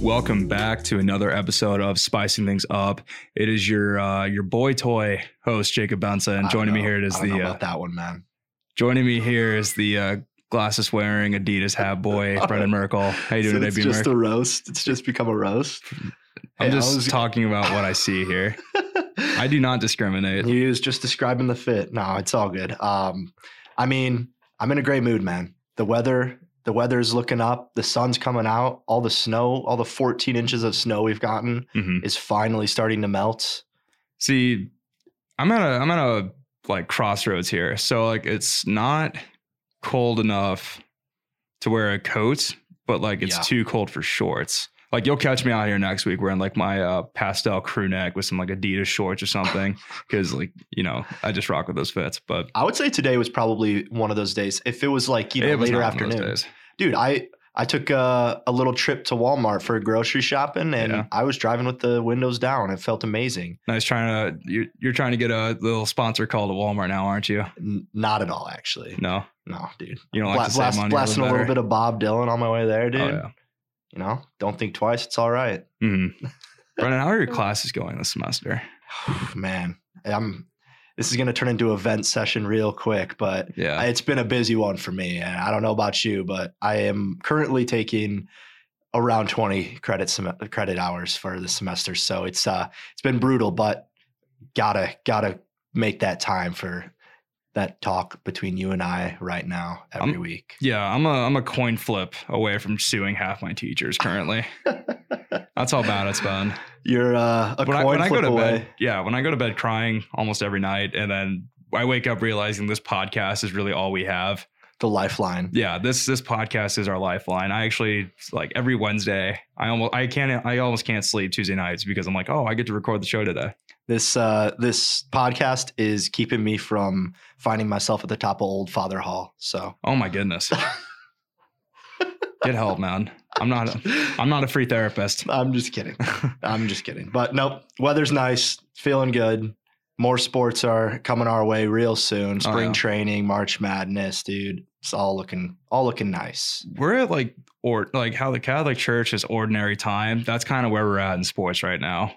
Welcome back to another episode of Spicing Things Up. It is your uh, your boy toy host Jacob Bensa, and I don't joining me know. here it is I don't the know uh, about that one, man. joining me here is the uh, glasses wearing Adidas hat boy Brendan Merkel. Oh, How you doing So today, It's B Merc? just a roast. It's just become a roast. I'm Hey, I just was- talking about what I see here. I do not discriminate. You was just describing the fit. No, it's all good. Um, I mean, I'm in a great mood, man. The weather, the weather's looking up. The sun's coming out. All the snow, all the 14 inches of snow we've gotten Mhm. is finally starting to melt. See, I'm at a I'm at a like crossroads here. So like it's not cold enough to wear a coat, but like it's Yeah. too cold for shorts. Like you'll catch me out here next week wearing like my uh, pastel crew neck with some like Adidas shorts or something because like you know I just rock with those fits. But I would say today was probably one of those days. If it was like, you know, it was later not one of those afternoon, days. dude, I. I took a, a little trip to Walmart for grocery shopping and Yeah. I was driving with the windows down. It felt amazing. Nice trying to you're, you're trying to get a little sponsor call to Walmart now, aren't you? N- not at all, actually. No, No, dude. you don't like Bla- to blast- save money. blasting a little bit of Bob Dylan on my way there, dude. Oh, yeah. You know, don't think twice. It's all right, Mm-hmm. Brendan, how are your classes going this semester? man. I'm. This is gonna turn into a vent session real quick, but Yeah. Uh, it's been a busy one for me. And I don't know about you, but I am currently taking around 20 credit sem- credit hours for the semester. So it's uh it's been brutal, but gotta gotta make that time for that talk between you and I right now every I'm- week. Yeah, I'm a I'm a coin flip away from suing half my teachers currently. That's how bad it's been. You're uh, a When I, coin when I go flip to away. bed, yeah, when I go to bed crying almost every night, and then I wake up realizing this podcast is really all we have. The lifeline. Yeah, this this podcast is our lifeline. I actually like every Wednesday. I almost I can't I almost can't sleep Tuesday nights because I'm like, oh, I get to record the show today. This uh, this podcast is keeping me from finding myself at the top of Old Father Hall. So Oh my goodness, get help, man. I'm not a, I'm not a free therapist. I'm just kidding. I'm just kidding. But nope, weather's nice, feeling good. More sports are coming our way real soon. Oh, Spring yeah. training, March Madness, dude. It's all looking all looking nice. we're at like or like how the Catholic Church is ordinary time. That's kind of where we're at in sports right now.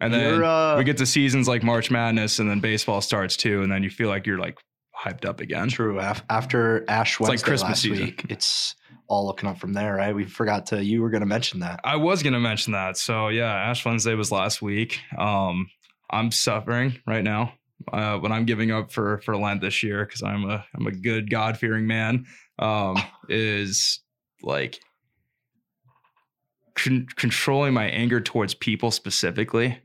And then You're, uh, we get to seasons like March Madness, and then baseball starts too, and then you feel like you're like hyped up again. True. Af- after Ash like Wednesday Christmas last season. week, it's all looking up from there, right? We forgot to. You were going to mention that. I was gonna mention that. So yeah, Ash Wednesday was last week. Um, I'm suffering right now. Uh, what I'm giving up for for Lent this year because I'm a I'm a good God fearing man. Um, is like con- controlling my anger towards people specifically.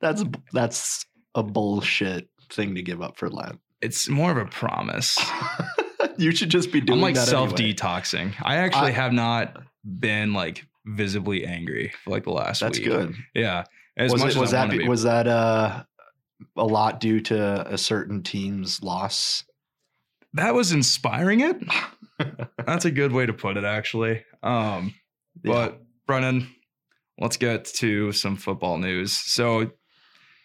That's that's a bullshit thing to give up for Lent. It's more of a promise. you should just be doing I'm like that self anyway. detoxing. I actually I- have not been like visibly angry for like the last That's week. good. Yeah. As was much it, as was I that wanna be- be. was that uh, a lot due to a certain team's loss? that was inspiring it. That's a good way to put it, actually. Um, Yeah. But Brennan, let's get to some football news. So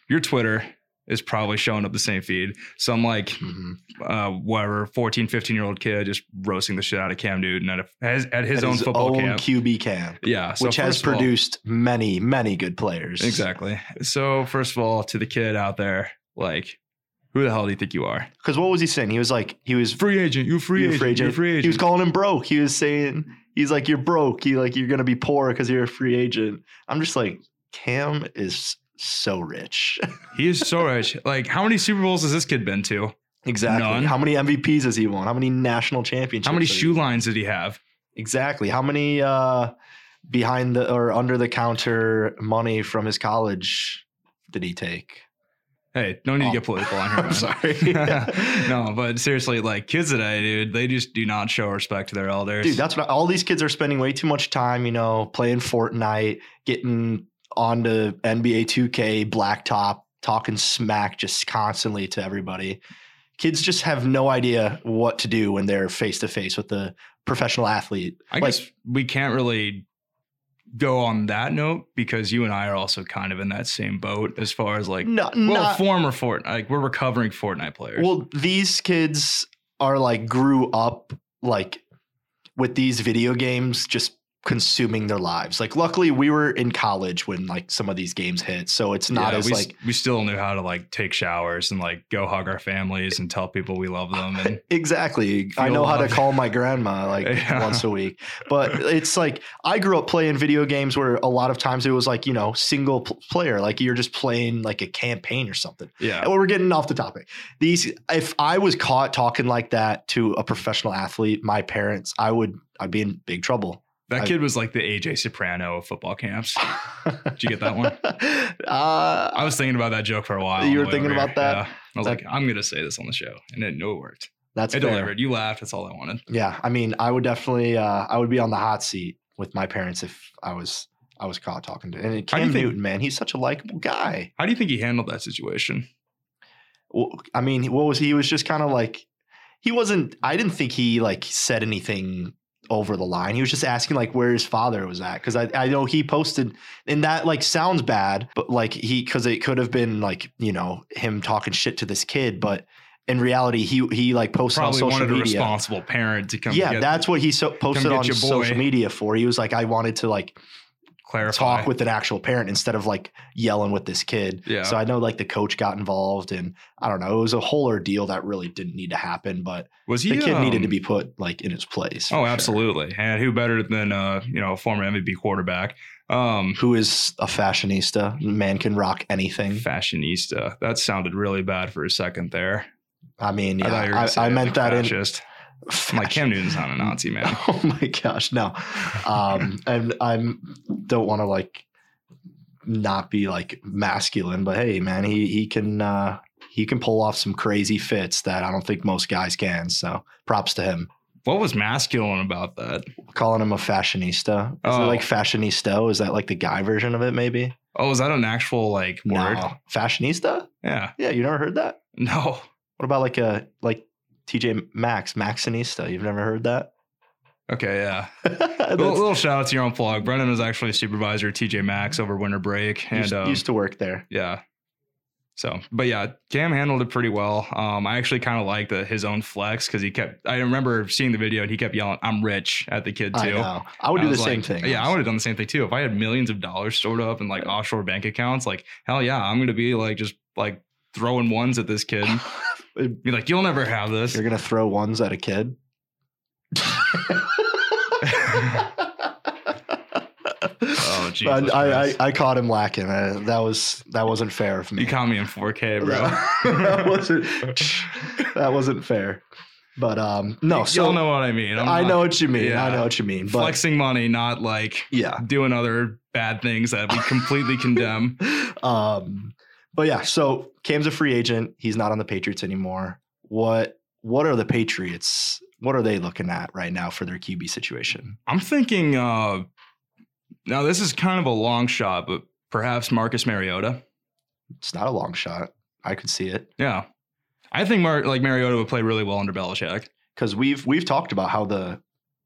your Twitter is probably showing up the same feed. Some like Mhm. uh, whatever 14, 15 year old kid just roasting the shit out of Cam Newton at, a, his, at his At own football own camp. QB camp, yeah, so which has first of all- produced many many good players. Exactly. So first of all, to the kid out there, like, who the hell do you think you are? Because what was he saying? He was like he was Free agent. You free, You're agent, You're free agent. He was calling him broke. He was saying he's like you're broke. You like you're gonna be poor because you're a free agent. I'm just like Cam is so rich. he is so rich. Like, how many Super Bowls has this kid been to? Exactly. None. How many MVPs has he won? How many national championships? How many has he shoe won? lines did he have? Exactly. How many uh, behind the or under the counter money from his college did he take? Hey, no need Oh. to get political on here. I'm man. sorry. no, but seriously, like kids today, dude, they just do not show respect to their elders. Dude, that's what I- all these kids are spending way too much time, you know, playing Fortnite, getting onto NBA 2K, blacktop, talking smack just constantly to everybody. Kids just have no idea what to do when they're face to face with a professional athlete. I like- guess we can't really go on that note because you and I are also kind of in that same boat as far as like, No, well, Mm, not, former Fortnite, like we're recovering Fortnite players. Well, these kids are like grew up like with these video games just consuming their lives. Like luckily we were in college when like some of these games hit. So it's not Yeah, as we, s- like we still knew how to like take showers and like go hug our families and tell people we love them and exactly. I Feel know how to loved. call my grandma like Yeah. once a week. But it's like I grew up playing video games where a lot of times it was like, you know, single pl- player, like you're just playing like a campaign or something. yeah Well, we're getting off the topic. These, if I was caught talking like that to a professional athlete, my parents, I would, I'd be in big trouble. that I- kid was like the aj soprano of football camps did you get that one i Uh, was thinking about that joke for a while You on were the way thinking over here. about that? Yeah. i was That- like i'm gonna say this on the show and it, no, it worked that's it fair. delivered you laughed that's all i wanted Yeah, I mean, I would definitely, uh, I would be on the hot seat with my parents if I was, I was caught talking to. And How do you Cam think- Newton, man, he's such a likable guy. how do you think he handled that situation Well, I mean, what was he? he was just kind of like, he wasn't. I didn't think he like said anything over the line. He was just asking like where his father was at because I I know he posted and that like sounds bad, but like he because it could have been like you know him talking shit to this kid, but in reality he he like posted probably on social wanted a media. responsible parent to come yeah, get, that's what he so- posted get on your boy. social media for. He was like, I wanted to like clarify talk with an actual parent instead of like yelling with this kid. yeah So I know like the coach got involved, and I don't know, it was a whole ordeal that really didn't need to happen, but was he the kid needed to um, be put like in his place. for Oh, sure. absolutely. And who better than uh, you know, a former MVP quarterback? Um Who is a fashionista? Man can rock anything. fashionista. That sounded really bad for a second there. I mean, I yeah, thought you were gonna I, say, I, meant like, that in fascist. I'm like Cam fashion- Newton's not a Nazi, man. Oh my gosh, no. Um, and I'm don't want to like not be like masculine, but hey, man, he he can uh, he can pull off some crazy fits that I don't think most guys can. So props to him. What was masculine about that? Calling him a fashionista is Oh. it like fashionista? Is that like the guy version of it? Maybe Oh, is that an actual like word? no fashionista. Yeah. Yeah, you never heard that. No. What about like a like TJ Maxx Maxinista? You've never heard that? Okay, yeah. That's- Little, little shout out to your own plug. Brennan was actually supervisor at TJ Maxx Mm-hmm. over winter break. And used, um, used to work there. Yeah. So, but yeah, Cam handled it pretty well. Um, I actually kind of liked the, his own flex because he kept. I remember seeing the video and he kept yelling, "I'm rich" at the kid too. I know. I would And do the was same like, thing. Yeah, I honestly. would have done the same thing too. If I had millions of dollars stored up in like offshore bank accounts, like hell yeah, I'm gonna be like just like throwing ones at this kid. Be like, you'll never have this. You're gonna throw ones at a kid. oh Jesus I, I, I Christ. I caught him lacking. Uh, that was that wasn't fair of me. You caught me in 4K, bro. that, that wasn't that wasn't fair. But um, no. So Y'all know what I mean. I'm I not know what you mean. I Yeah. know what you mean. But flexing money, not like yeah. doing other bad things that we completely condemn. Um, but yeah. So Cam's a free agent. He's not on the Patriots anymore. What What are the Patriots? What are they looking at right now for their QB situation? I'm thinking uh now this is kind of a long shot, but perhaps Marcus Mariota. It's not a long shot. I could see it Yeah. I think Mar- like Mariota would play really well under Belichick. because we've we've talked about how the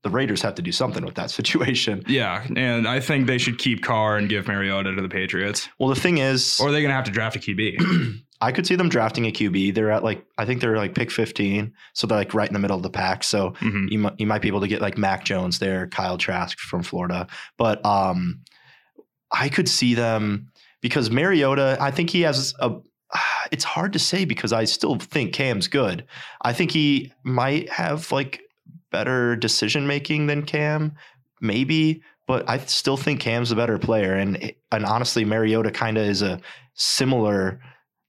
the Raiders have to do something with that situation. Yeah, and I think they should keep Carr and give Mariota to the Patriots. Well, the thing is, Or are they going to have to draft a QB? I could see them drafting a QB. They're at like I think they're like pick fifteen, so they're like right in the middle of the pack. So Mhm. you might you might be able to get like Mac Jones there, Kyle Trask from Florida, but um, I could see them because Mariota. I think he has a. It's hard to say because I still think Cam's good. I think he might have like better decision making than Cam, maybe, but I still think Cam's a better player. And and honestly, Mariota kind of is a similar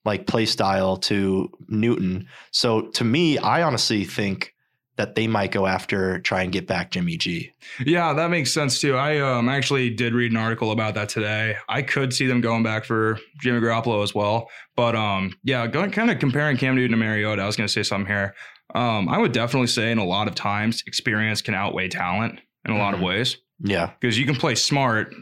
like play style to Newton. So to me, I honestly think that they might go after try and get back Jimmy G. Yeah, that makes sense too. I um, actually did read an article about that today. I could see them going back for Jimmy Garoppolo as well. But um, yeah, going kind of comparing Cam Newton to Mariota, I was going to say something here. Um, I would definitely say in a lot of times, experience can outweigh talent in a lot of Mhm. ways Yeah. because you can play smart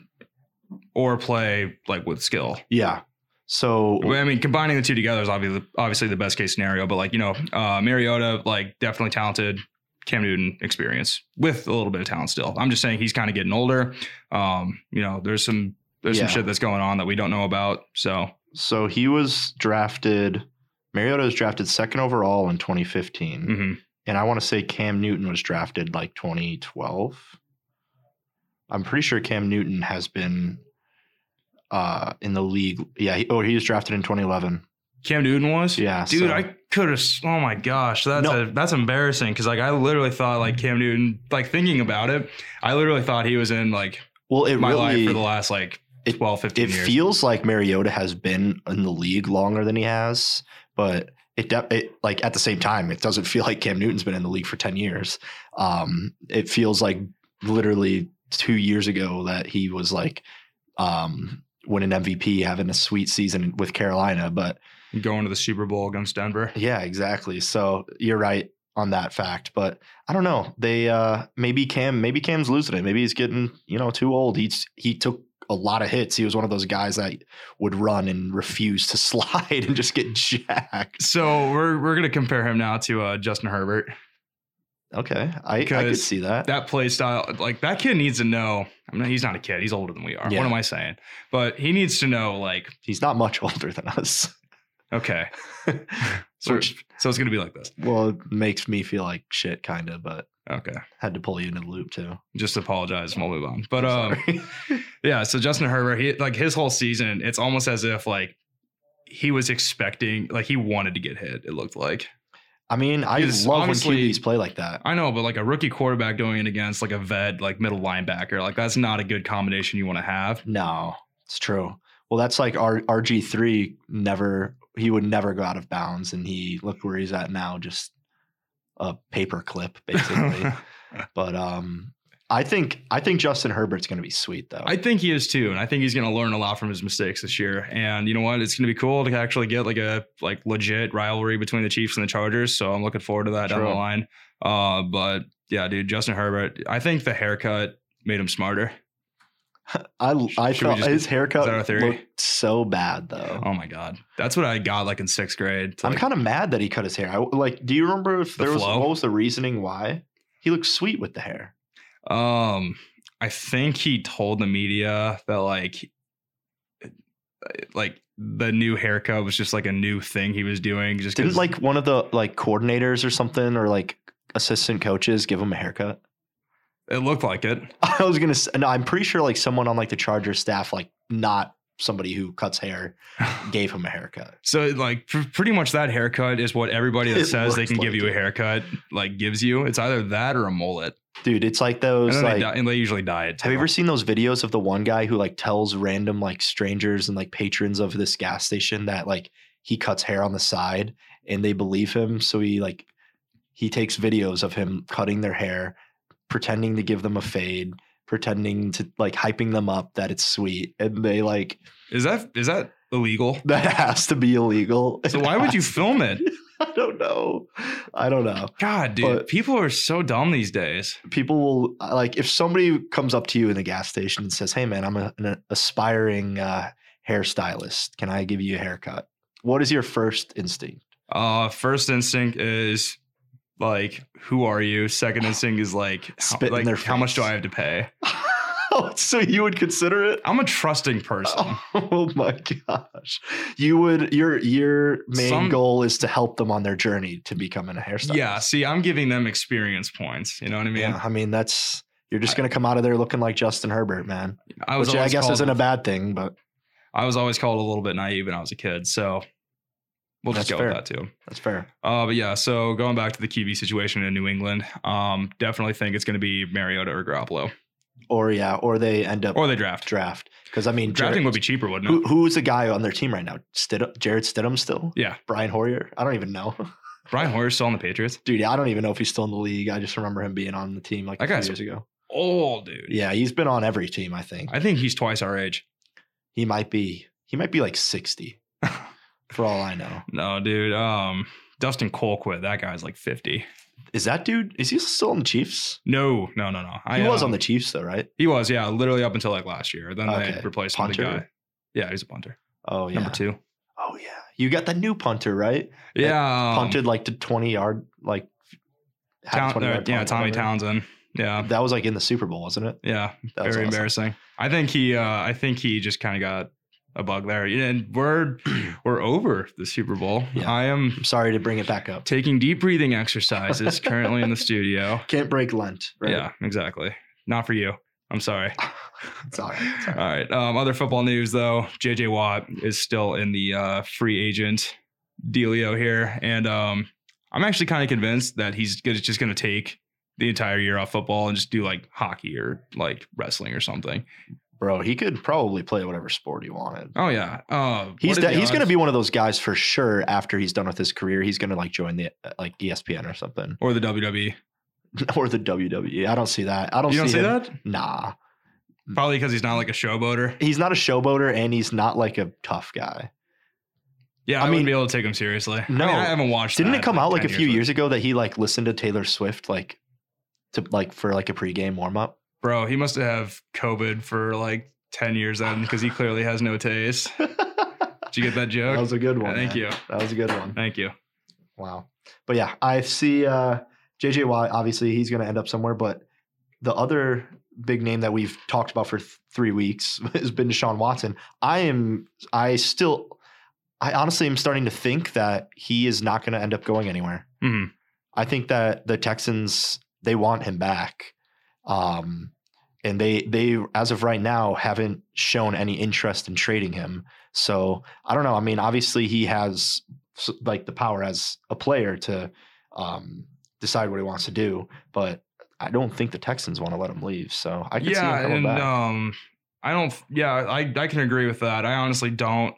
or play like with skill. Yeah. So Well, I mean, combining the two together is obviously obviously the best case scenario. But like you know, uh, Mariota like definitely talented. Cam Newton experience with a little bit of talent still. I'm just saying he's kind of getting older. Um, you know, there's some there's Yeah. some shit that's going on that we don't know about. So so he was drafted Mariota was drafted second overall in 2015. mhm. And I want to say Cam Newton was drafted like 2012. I'm pretty sure Cam Newton has been uh, in the league. Yeah. He, oh, he was drafted in 2011. Cam Newton was. Yeah. Dude, so- I could have. Oh my gosh, that's No. a, that's embarrassing because like I literally thought like Cam Newton, like thinking about it, I literally thought he was in like well, it my life really for the last like it- 12, 15 it years. feels like Mariota has been in the league longer than he has, but it, de- it like at the same time, it doesn't feel like Cam Newton's been in the league for 10 years. Um, it feels like literally two years ago that he was like um, winning MVP, having a sweet season with Carolina. But Going to the Super Bowl against Denver. yeah, exactly. So you're right on that fact, but I don't know. They uh maybe Cam maybe Cam's losing it. Maybe he's getting, you know, too old. He's he took a lot of hits. He was one of those guys that would run and refuse to slide and just get jacked. So we're we're gonna compare him now to uh, Justin Herbert. Okay. I, I could Because see that. That play style, like that kid needs to know. I mean, he's not a kid; he's older than we are. Yeah. What am I saying? But he needs to know, like, He's not much older than us. okay, so, Which- so it's gonna be like this. well, it makes me feel like shit kinda, but Okay, had to pull you into the loop too. just apologize and we'll move on. But um, Sorry. Yeah, so Justin Herbert, he like his whole season, it's almost as if like he was expecting, like he wanted to get hit. It looked like I mean, I he's love when honestly- QBs play like that. I know, but like a rookie quarterback going in against like a vet, like middle linebacker, like that's not a good combination you want to have. No, it's true. Well, that's like our RG three never he would never go out of bounds, and he look where he's at now, just a paper clip basically. but um, I think I think Justin Herbert's going to be sweet though. I think he is too, and I think he's going to learn a lot from his mistakes this year. And you know what? It's going to be cool to actually get like a like legit rivalry between the Chiefs and the Chargers. So I'm looking forward to that down True. the line. Uh, but yeah, dude, Justin Herbert, I think the haircut made him smarter. I I Should we felt just- his is that our haircut theory? looked so bad though. Oh my god, that's what I got like in sixth grade. to, I'm like, kind of mad that he cut his hair. I, like, do you remember if The there was flow? what was the reasoning why he looked sweet with the hair? Um, I think he told the media that like, like the new haircut was just like a new thing he was doing. Just 'cause- Didn't like one of the like coordinators or something or like assistant coaches give him a haircut? it looked like it. I was gonna. Say, no, I'm pretty sure like someone on like the Chargers staff, like not somebody who cuts hair, gave him a haircut. So like pr- pretty much that haircut is what everybody that It says they looks can give like you a it. haircut like gives you. It's either that or a mullet, Dude, it's like and, those then like. they, di- and they usually dye it. have you too. ever seen those videos of the one guy who like tells random like strangers and like patrons of this gas station that like he cuts hair on the side and they believe him? So he like he takes videos of him cutting their hair, pretending to give them a fade, pretending to like hyping them up that it's sweet, and they like Is that is that illegal? that has to be illegal. So why would you film it? I don't know. I don't know. God, dude, But- people are so dumb these days. People will uh, like if somebody comes up to you in the gas station and says, "Hey, man, I'm a, an aspiring uh, hairstylist. Can I give you a haircut?" What is your first instinct? Uh, first instinct is like, who are you? Second instinct is like, how, Spit in like, their how much do face. I have to pay? Oh, so you would consider it? I'm a trusting person. Oh my gosh! You would. Your your main Some- goal is to help them on their journey to becoming a hairstylist. yeah, see, I'm giving them experience points. You know what I mean? yeah. I mean, that's you're just gonna come out of there looking like Justin Herbert, man. I was Which I always guess called, isn't a bad thing, but I was always called a little bit naive when I was a kid, so we'll just That's go with fair. that too. that's fair. Uh, but yeah, so going back to the QB situation in New England, um, definitely think it's going to be Mariota or Garoppolo, Or yeah, or they end up or they draft. draft because I mean, Drafting Jared, would be cheaper, wouldn't it? who, who's the guy on their team right now? Stidham, Jared Stidham still? Yeah. Brian Hoyer? I don't even know, Brian Hoyer's still on the Patriots. dude. I don't even know if he's still in the league. I just remember him being on the team like That a few guy's- years ago. Oh, dude. Yeah, he's been on every team. I think I think he's twice our age. he might be. He might be like sixty, for all I know. No, dude. Um, Dustin Colquitt, that guy's like fifty. Is that dude? Is he still on the Chiefs? No, no, no, no. He was um, on the Chiefs though, right? He was, yeah, literally up until like last year. Then Okay. they replaced him with a Punter? guy. Yeah, he's a punter. Oh yeah. Number two. Oh yeah. You got that new punter, right? Yeah, um, Punted like to twenty yard, like Town- half 20 or, yard yeah, punt, Tommy whatever. Townsend. Yeah, That was like in the Super Bowl, wasn't it? yeah. That Very was awesome. embarrassing. I think he. Uh, I think he just kind of got a bug there. And we're we're over the Super Bowl. Yeah. I am I'm sorry to bring it back up. taking deep breathing exercises currently in the studio. Can't break Lent. Right? Yeah, exactly. Not for you. I'm sorry. It's all right. It's All all right. right. Um, other football news, though. JJ Watt is still in the uh, free agent dealio here, and um, I'm actually kind of convinced that he's gonna, just going to take the entire year off football and just do like hockey or like wrestling or something. Bro, he could probably play whatever sport he wanted. Oh yeah. Uh, He's what are de- the he's going to odds- be one of those guys for sure after he's done with his career. He's going to like join the uh, like ESPN or something or the E. WWE. or the WWE. I don't see that. I don't You don't see, see him- Mm. that? Nah. Probably because he's not like a showboater. He's not a showboater and he's not like a tough guy. Yeah, I, I mean- wouldn't be able to take him seriously. I, mean, No. I haven't watched. Didn't that it come in out like 10 a few but- years ago that he like listened to Taylor Swift like to like for like a pregame warm up? Bro, he must have COVID for like ten years then, because he clearly has no taste. that Did you get that joke? was a good one. Thank man. you. That was a good one. Thank you. Wow. But yeah, I see uh, JJ Watt. Obviously, he's going to end up somewhere. But the other big name that we've talked about for th- three weeks has been Deshaun Watson. I am, I still, I honestly am starting to think that he is not going to end up going anywhere. hmm I think that the Texans they want him back, um, and they they as of right now haven't shown any interest in trading him. So I don't know. I mean, obviously he has s- like the power as a player to um, decide what he wants to do, but I don't think the Texans want to let him leave. So I could see him yeah, coming and back. um, I don't. Yeah, I I can agree with that. I honestly don't.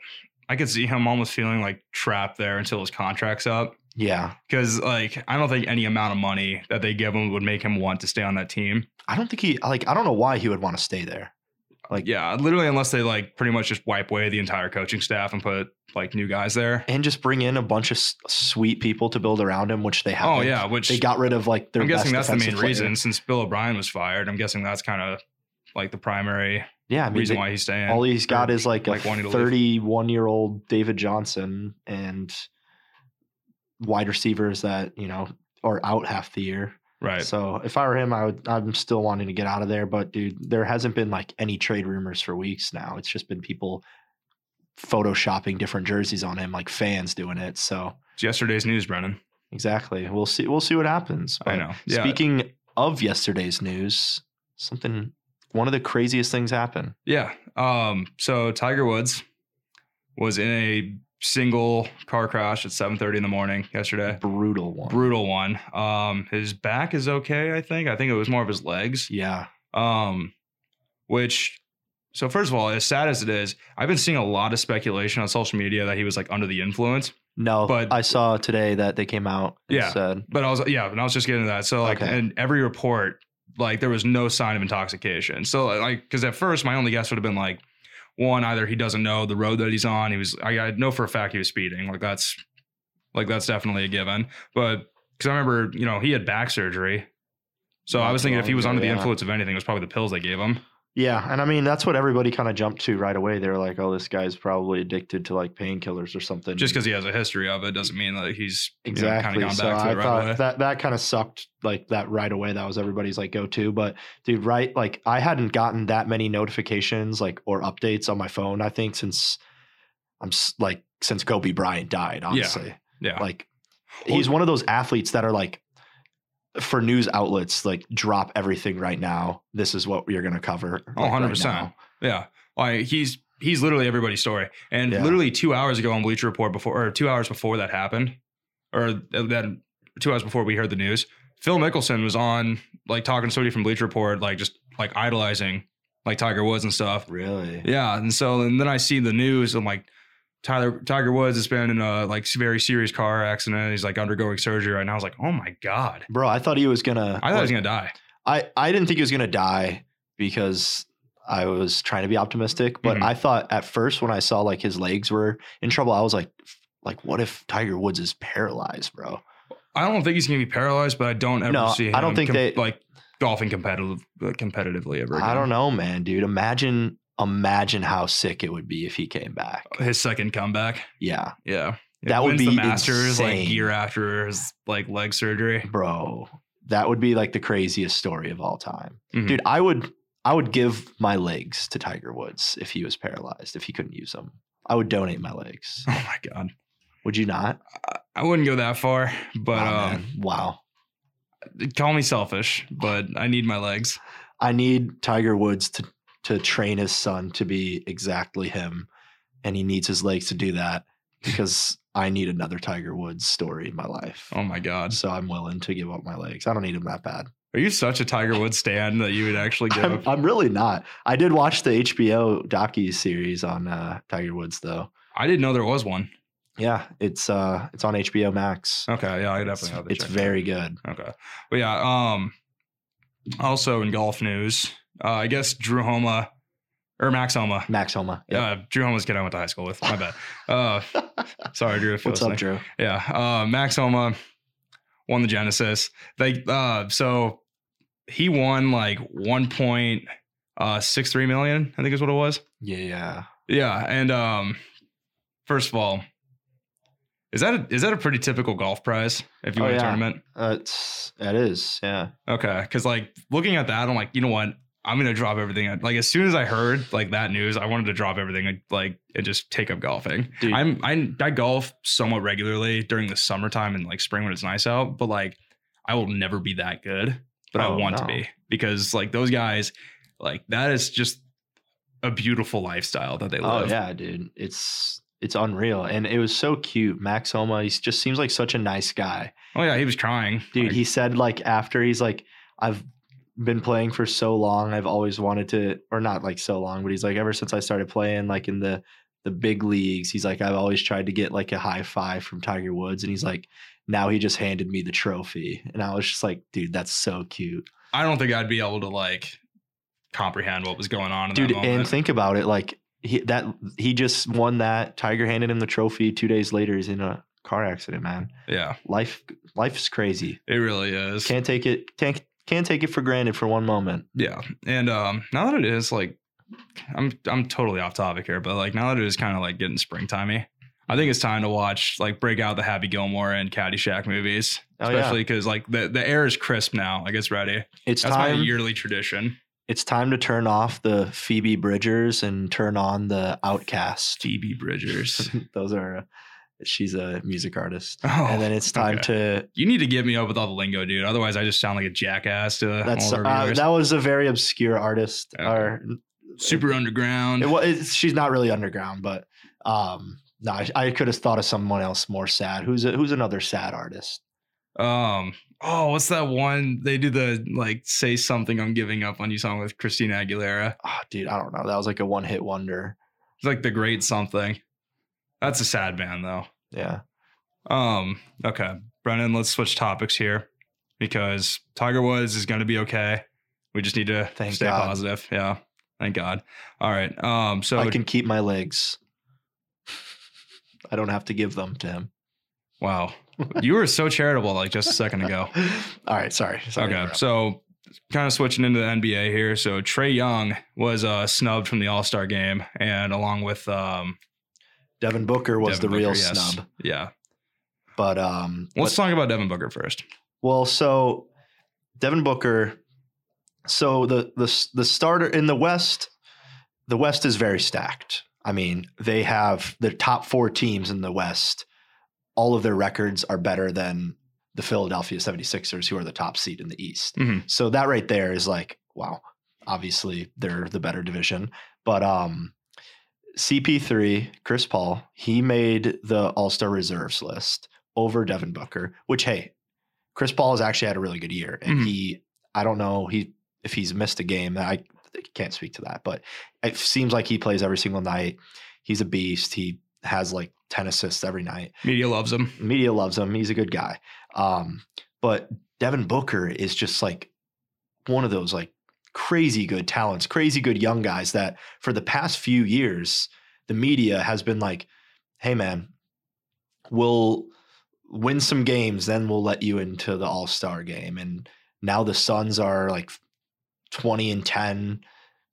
I could see him almost feeling like trapped there until his contract's up. yeah, Because like I don't think any amount of money that they give him would make him want to stay on that team. I don't think he like. I don't know why he would want to stay there. Like- yeah, literally unless they like pretty much just wipe away the entire coaching staff and put like new guys there. And just bring in a bunch of s- sweet people to build around him, which they have. Oh yeah, which they got rid of like their. I'm guessing best that's the main defensive player. reason since Bill O'Brien was fired. I'm guessing that's kind of like the primary Yeah, I mean, reason they- why he's staying. all he's got or, is like, like, wanting to a leave. thirty-one-year-old David Johnson and wide receivers that you know are out half the year. right. So if I were him, I would. I'm still wanting to get out of there, but dude, there hasn't been like any trade rumors for weeks now. It's just been people photoshopping different jerseys on him, like fans doing it. So It's yesterday's news, Brennan. exactly, we'll see. We'll see what happens. I But know. Yeah. Speaking of yesterday's news, something. One of the craziest things happened. Yeah. Um, so Tiger Woods was in a single car crash at 7:30 in the morning yesterday. Brutal one. Brutal one. Um, his back is okay, I think. I think it was more of his legs. Yeah. Um, which so first of all, as sad as it is, I've been seeing a lot of speculation on social media that he was like under the influence. No, But- but I saw today that they came out and Yeah. said But I was yeah, and I was just getting to that. So like Okay. and every report, like there was no sign of intoxication. So like because at first my only guess would have been like one either he doesn't know the road that he's on. He was I, I know for a fact he was speeding. Like that's like that's definitely a given. But because I remember you know he had back surgery. So Not I was too thinking if he long was ago, under the yeah. influence of anything, it was probably the pills they gave him. Yeah, and I mean that's what everybody kind of jumped to right away. They were like, "Oh, this guy's probably addicted to like painkillers or something." Just because he has a history of it doesn't mean that he's exactly. kind of gone so back to I it right thought away. that that kind of sucked. Like that right away, that was everybody's like go to. But dude, right? Like I hadn't gotten that many notifications like or updates on my phone. I think since I'm s- like since Kobe Bryant died. Honestly, yeah, like he's one of those athletes that are like for news outlets like drop everything right now this is what you're going to cover Oh, like, 100%. now. Yeah. Like he's he's literally everybody's story. And Yeah. literally two hours ago on Bleacher Report before or two hours before that happened, or then two hours before we heard the news, Phil Mickelson was on like talking to somebody from Bleacher Report, like just like idolizing like Tiger Woods and stuff. really Yeah. And so and then I see the news, I'm like, Tyler Tiger Woods has been in a like very serious car accident. He's like undergoing surgery right now. I was like, oh my God. bro i thought he was going to I thought he was gonna die. I, I didn't think he was going to die because i was trying to be optimistic but Mhm. i thought at first when i saw like his legs were in trouble i was like like what if tiger woods is paralyzed bro I don't think he's gonna be paralyzed, but I don't ever No, see him I don't think they- like golfing competitive uh, competitively ever. i again. don't know man dude imagine imagine how sick it would be if he came back his second comeback. yeah Yeah. That would Wins be the Masters insane. like year after his like leg surgery. bro that would be like the craziest story of all time Mhm. dude i would i would give my legs to tiger woods if he was paralyzed if he couldn't use them i would donate my legs Oh my god. would you not I wouldn't go that far, but wow, um, man. wow Call me selfish, but I need my legs. I need Tiger Woods to to train his son to be exactly him, and he needs his legs to do that because I need another Tiger Woods story in my life. Oh my god. So I'm willing to give up my legs. I don't need him that bad. Are you such a Tiger Woods stan that you would actually give I'm, up? I'm really not. I did watch the HBO docu series on uh, Tiger Woods though. I didn't know there was one. Yeah, it's uh it's on HBO Max. Okay, yeah, I Oh, definitely It's, have to it's check that. very good. Okay. But yeah, um also in golf news, uh, I guess Drew Homa or Max Homa. Max Homa. Yep. Uh, Drew Homa's kid I went to high school with. My bad. Uh, sorry, Drew. If you're What's up, listening. Drew? Yeah. Uh, Max Homa won the Genesis. They uh, so he won like one point uh, six three million. I think is what it was. Yeah. Yeah. And um, first of all, is that a, is that a pretty typical golf prize if you Oh, win a yeah. tournament? Uh, it's that is yeah. Okay, because like looking at that, I'm like, you know what? I'm gonna drop everything. Like as soon as I heard like that news, I wanted to drop everything like, like and just take up golfing. Dude. I'm I I golf somewhat regularly during the summertime and like spring when it's nice out, but like I will never be that good, but I Oh, want to no. be because like those guys, like that is just a beautiful lifestyle that they Oh live. yeah, dude. It's it's unreal, and it was so cute. Max Homa, he just seems like such a nice guy, Oh, yeah, he was crying, dude. Like, he said like after he's like, I've been playing for so long. I've always wanted to, or not like so long, but he's like ever since I started playing like in the the big leagues. He's like I've always tried to get like a high five from Tiger Woods, and he's like now he just handed me the trophy, and I was just like, dude, that's so cute. I don't think I'd be able to like comprehend what was going on in dude that moment. and think about it like he, that he just won that tiger handed him the trophy two days later he's in a car accident man yeah, life life is crazy it really is. can't take it can't can't take it for granted for one moment Yeah. And um now that it is like I'm I'm totally off topic here, but like now that it is kind of like getting springtimey, I think it's time to watch like break out the Happy Gilmore and Caddyshack movies. Oh, yeah. especially because like the, the air is crisp now. Like it's ready. it's That's time my yearly tradition. it's time to turn off the phoebe bridgers and turn on the outcast Phoebe Bridgers. those are she's a music artist Oh, and then it's time to you need to give me up with all the lingo, dude. Otherwise I just sound like a jackass to that's all the uh, reviewers. that was a very obscure artist Okay. or Super underground. It was. It's, she's not really underground, but um, no, I, I could have thought of someone else more sad. Who's a, who's another sad artist? Um. Oh, what's that one? They do the like say something I'm giving up on you song with Christina Aguilera. Oh, dude, I don't know. That was like a one hit wonder. It's like the great something. That's a sad band though. Yeah, Um, okay. Brennan, let's switch topics here because Tiger Woods is gonna be okay. We just need to Thank stay God. positive. Yeah. Thank God. All right. Um, so I can keep my legs. I don't have to give them to him. wow. you were so charitable like just a second ago. All right, sorry. sorry to Okay. interrupt. So kind of switching into the NBA here. So Trey Young was uh snubbed from the All-Star game and along with um Devin Booker was Devin the real Booker, yes. snub, Yeah. but um, Let's talk about Devin Booker first. Well, so Devin Booker. So the the the starter in the West, the West is very stacked. I mean, they have the top four teams in the West. All of their records are better than the Philadelphia 76ers, who are the top seed in the East. Mhm. So that right there is like, wow, obviously they're the better division. But um CP3, Chris Paul, he made the All-Star reserves list over Devin Booker, which hey, Chris Paul has actually had a really good year. And Mhm. he I don't know he if he's missed a game, I can't speak to that, but it seems like he plays every single night. He's a beast. He has like 10 assists every night Media loves him. media loves him. He's a good guy. Um, but Devin Booker is just like one of those like crazy good talents, crazy good young guys that for the past few years, the media has been like, hey man, we'll win some games, then we'll let you into the all-star game. And now the Suns are like 20 and 10,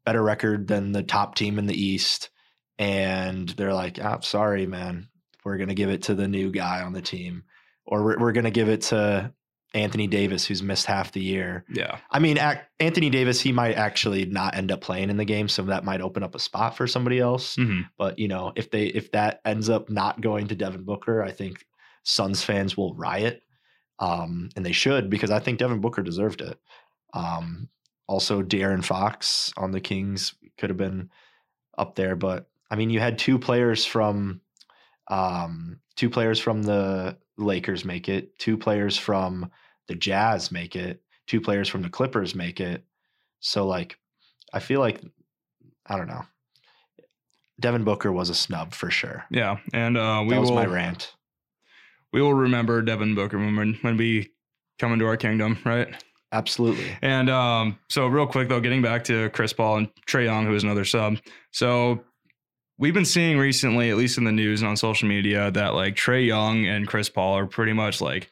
better record than the top team in the East. And they're like, I'm sorry, man we're going to give it to the new guy on the team or we're, we're going to give it to anthony davis who's missed half the year Yeah. i mean ac- anthony davis he might actually not end up playing in the game so that might open up a spot for somebody else Mhm. but you know if they if that ends up not going to devin booker i think suns fans will riot um, and they should because I think Devin Booker deserved it. Um, also, Darren Fox on the Kings could have been up there, but I mean, you had two players from um, two players from the Lakers make it, two players from the Jazz make it, two players from the Clippers make it. So, like, I feel like I don't know. Devin Booker was a snub for sure. Yeah, and uh, we that was will my rant. we will remember Devin Booker when when we come into our kingdom, right? Absolutely. And um, so, real quick though, getting back to Chris Paul and Trey Young, who is another sub. So, we've been seeing recently, at least in the news and on social media, that like Trey Young and Chris Paul are pretty much like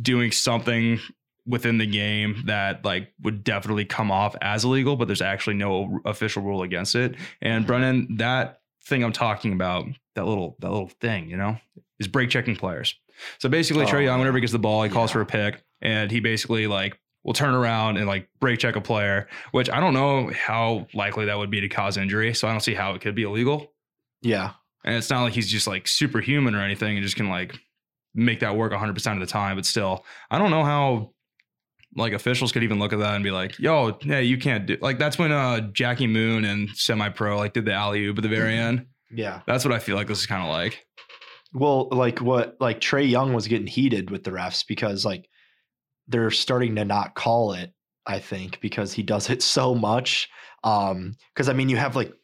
doing something within the game that like would definitely come off as illegal, but there's actually no official rule against it. And Brennan, that thing I'm talking about, that little that little thing, you know, is break checking players. So basically, Trey Oh, Young, whenever he gets the ball, he calls yeah. for a pick, and he basically like will turn around and like break check a player, which I don't know how likely that would be to cause injury. So I don't see how it could be illegal. Yeah. And it's not like he's just like superhuman or anything and just can like make that work 100% of the time. But still, I don't know how like officials could even look at that and be like, yo, yeah, you can't do like that's when uh Jackie Moon and semi pro like did the alley oop at the very end. Yeah. That's what I feel like this is kind of like. Well, like what like Trey Young was getting heated with the refs because like they're starting to not call it, I think, because he does it so much. Um, because I mean you have like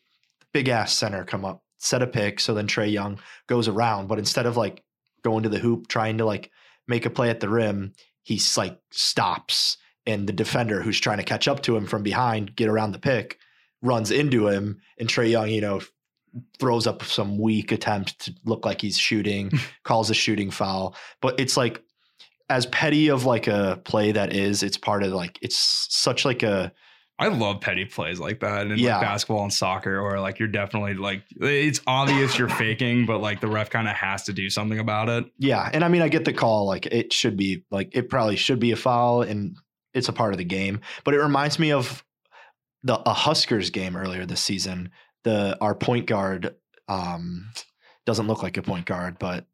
big ass center come up, set a pick, so then Trey Young goes around, but instead of like going to the hoop, trying to like make a play at the rim, he's like stops and the defender who's trying to catch up to him from behind, get around the pick, runs into him, and Trey Young, you know, throws up some weak attempt to look like he's shooting, calls a shooting foul. But it's like as petty of like a play that is, it's part of like it's such like a I love petty plays like that in Yeah. like basketball and soccer, or like you're definitely like it's obvious you're faking, but like the ref kind of has to do something about it. yeah. And I mean I get the call, like it should be like it probably should be a foul and it's a part of the game. But it reminds me of the a Huskers game earlier this season. The our point guard um doesn't look like a point guard, but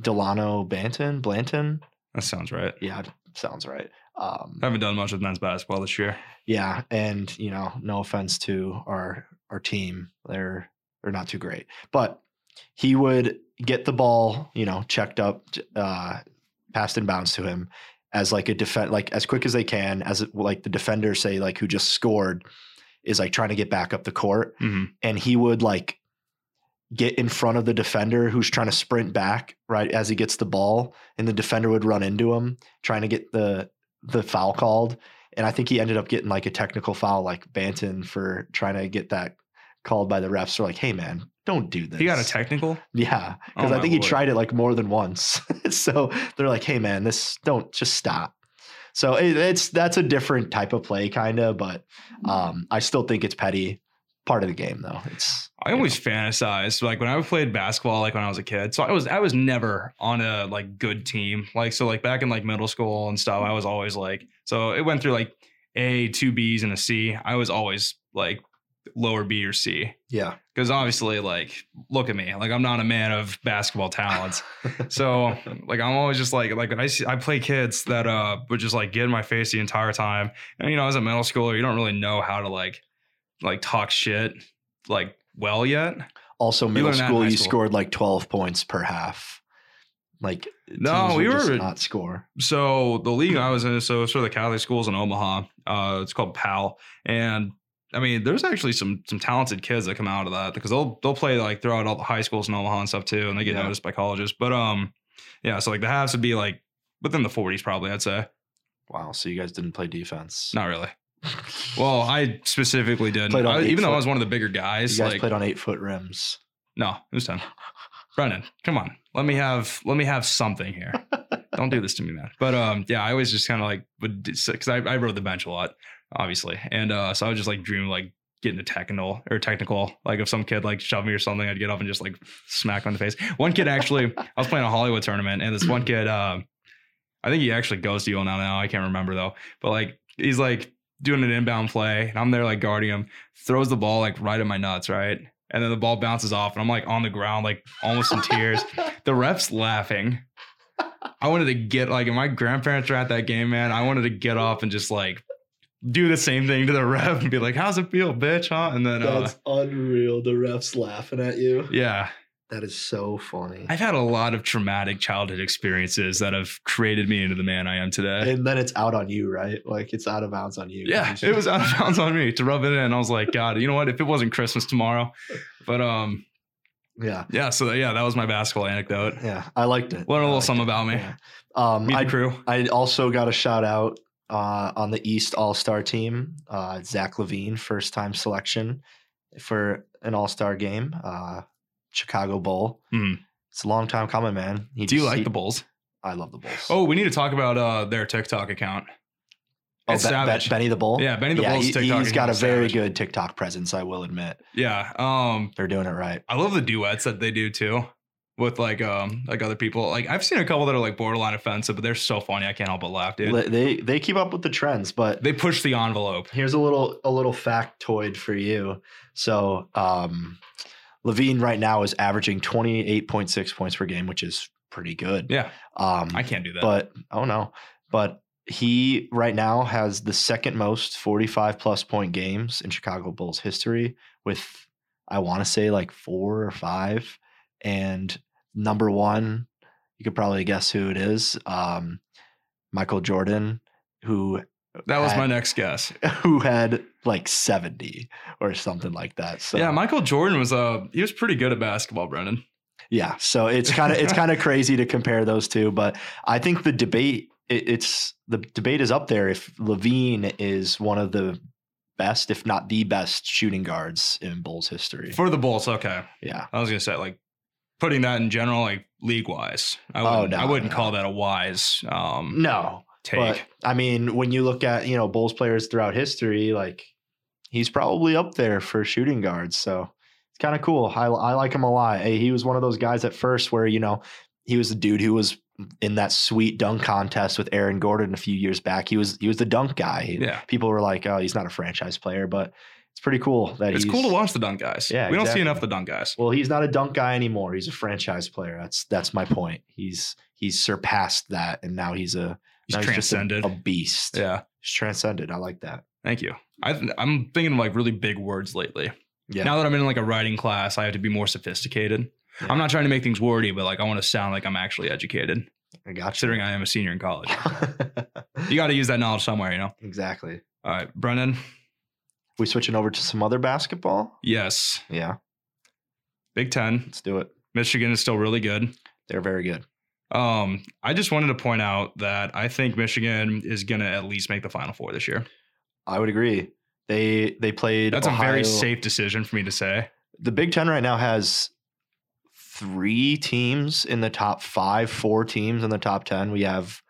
Delano Banton, Blanton. That sounds right. Yeah, sounds right. Um I haven't done much with men's basketball this year. yeah and you know no offense to our our team they're they're not too great but he would get the ball you know checked up uh passed and bounced to him as like a defend like as quick as they can as it- like the defender say like who just scored is like trying to get back up the court Mhm. and he would like get in front of the defender who's trying to sprint back right as he gets the ball and the defender would run into him trying to get the the foul called and i think he ended up getting like a technical foul like banton for trying to get that called by the refs they're like hey man don't do this He got a technical. yeah Oh, because i my think Lord. he tried it like more than once so they're like hey man this don't just stop so it, it's that's a different type of play kind of but um i still think it's petty part of the game though it's I you know. always fantasized like when I played basketball, like when I was a kid. So I was I was never on a like good team. Like so, like back in like middle school and stuff, I was always like so it went through like A, two Bs, and a C. I was always like lower B or C. Yeah. because obviously like look at me like i'm not a man of basketball talents so like i'm always just like like when i see i play kids that uh would just like get in my face the entire time and you know as a middle schooler you don't really know how to like like talk shit like well yet Also, middle learned that in school, high you school. scored like 12 points per half. Like, No, teams we would were- just not score. so the league i was in so sort of the catholic schools in omaha uh it's called pal and I mean, there's actually some some talented kids that come out of that because they'll they'll play like throughout all the high schools in Omaha and stuff too, and they get Yeah. noticed by colleges. But um, yeah, so like the halves would be like within the 40s probably. I'd say Wow. So you guys didn't play defense. not really. Well, I specifically did, Played on I, eight even though I foot. was one of the bigger you guys. guys Like played on eight foot rims. no, it was ten. Brennan, come on, let me have let me have something here. Don't do this to me, man. But um, yeah, I always just kind of like would because I, I rode the bench a lot, obviously, and uh, so I would just like dream of, like getting a technical or technical like if some kid like shoved me or something, I'd get up and just like smack him in the face. One kid actually, I was playing a Hollywood tournament, and this one kid, um, I think he actually goes to you now. Now I can't remember though, but like he's like doing an inbound play, and I'm there like guarding him, throws the ball like right at my nuts, right. And then the ball bounces off, and I'm like on the ground, like almost in tears. The ref's laughing. I wanted to get like, if my grandparents were at that game, man, I wanted to get off and just like do the same thing to the ref and be like, "How's it feel, bitch?" Huh? And then, uh, That's unreal. The ref's laughing at you. yeah, That is so funny. I've had a lot of traumatic childhood experiences that have created me into the man I am today. and then it's out on you, right? Like it's out of bounds on you. yeah, it was out of bounds on me to rub it in. I was like, God, you know what? If it wasn't Christmas tomorrow, but um, Yeah, yeah. So yeah, that was my basketball anecdote. yeah. I liked it. Learn a I little liked something about me. it. Yeah. Um, Meet the I crew. I also got a shout out uh, on the East All Star team. Uh, Zach Levine, first time selection for an All Star game, uh, Chicago Bowl. Mhm. It's a long time coming, man. He Do you just- like he- the Bulls? I love the Bulls. Oh, we need to talk about uh their TikTok account. Oh, it's Be- Be- savage. Benny the Bull. Yeah, Benny the Bull's he, TikTok He's got a account is very savage. good TikTok presence. I will admit, Yeah. Um, they're doing it right. I love the duets that they do too with like um like other people. Like I've seen a couple that are like borderline offensive, but they're so funny. I can't help but laugh, dude. Li- They they keep up with the trends, but They push the envelope. here's a little a little factoid for you. So um, Levine right now is averaging 28.6 points per game, which is pretty good. Yeah, Um, I can't do that. but oh no, but he right now has the second most 45 plus point games in Chicago Bulls history with I want to say like 4 or 5 and number 1 you could probably guess who it is um Michael Jordan who that was my I- next guess. who had like 70 or something like that. So Yeah, Michael Jordan was uh he was pretty good at basketball, Brendan. yeah, so it's kind of it's kind of crazy to compare those two, but I think the debate it, it's the debate is up there if Levine is one of the best if not the best shooting guards in Bulls history. For the Bulls, okay. yeah. I was gonna say like putting that in general, like league wise. I Oh, wouldn't, no, I wouldn't no. call that a wise um No. take. But I mean, when you look at, you know, Bulls players throughout history, like he's probably up there for shooting guards. So it's kind of cool. I, I like him a lot. Hey, he was one of those guys at first where, you know, he was the dude who was in that sweet dunk contest with Aaron Gordon a few years back. He was he was the dunk guy. yeah. People were like, oh, he's not a franchise player, but it's pretty cool that It's he's cool to watch the dunk guys. Yeah, we don't see exactly. enough of the dunk guys. Well, he's not a dunk guy anymore. He's a franchise player. That's that's my point. He's he's surpassed that and now he's a He's now just a- transcended. a, beast. yeah. It's transcended. I like that. Thank you. I th- I'm thinking of like really big words lately. Yeah. Now that I'm in like a writing class, I have to be more sophisticated. Yeah. I'm not trying to make things wordy, but like I want to sound like I'm actually educated, I got you. considering I am a senior in college. You got to use that knowledge somewhere, you know? exactly. All right, Brennan. We switching over to some other basketball? Yes. Yeah, Big 10. let's do it. Michigan is still really good. They're very good. Um, I just wanted to point out that I think Michigan is going to at least make the final four this year. I would agree. They they played That's a very Ohio- safe decision for me to say. The Big 10 right now has three teams in the top 5, four teams in the top 10. We have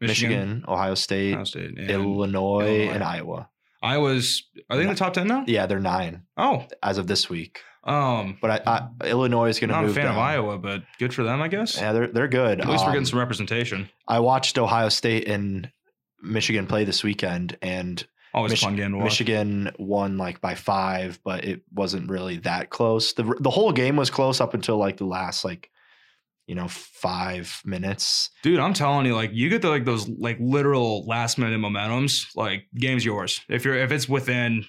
Michigan, Ohio State, Ohio State, and Illinois, Illinois. and Iowa. I was, are they in the top 10 now? Yeah, they're 9 Oh, as of this week. um, But I, I Illinois is going to Not move a fan of down. Iowa, but good for them, I guess. Yeah, they're they're good. At least we're Um, getting some representation. I watched Ohio State and Michigan play this weekend, and Always a Mich- fun game to watch. Michigan won like by five, but it wasn't really that close. the The whole game was close up until like the last like you know five minutes. Dude, I'm telling you, like you get the, like those like literal last minute momentums, like game's yours. If you're if it's within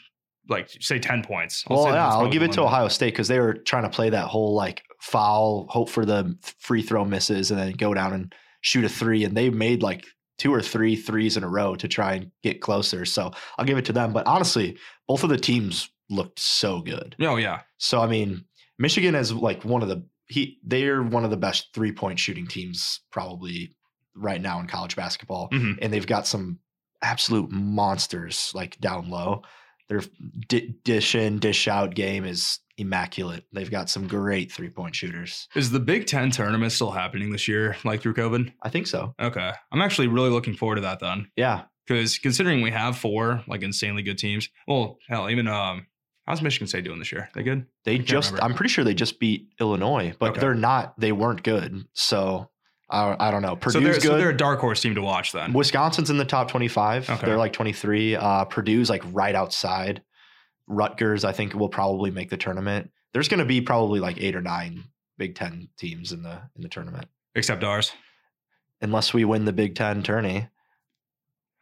like say 10 points. well, say yeah, that's I'll probably give it the to one. Ohio State because they were trying to play that whole like foul, hope for the free throw misses, and then go down and shoot a three. And they made like two or three threes in a row to try and get closer. So I'll give it to them. But honestly, both of the teams looked so good. No, Oh, yeah. So I mean, Michigan is like one of the he they're one of the best three point shooting teams probably right now in college basketball, Mhm. and they've got some absolute monsters like down low. Their di- dish in dish out game is immaculate. They've got some great three point shooters. Is the Big Ten tournament still happening this year, like through COVID? I think so. Okay. I'm actually really looking forward to that then. Yeah, Because considering we have four like insanely good teams. Well, hell, even um how's Michigan State doing this year? They good? they can't just remember. I'm pretty sure they just beat Illinois, but Okay. they're not. They weren't good. So I, I don't know. Purdue's so they're good. so they're a dark horse team to watch then. Wisconsin's in the top 25. Okay. They're like 23. Uh, Purdue's like right outside. Rutgers, I think, will probably make the tournament. There's going to be probably like eight or nine Big Ten teams in the in the tournament. Except ours. unless we win the Big Ten tourney.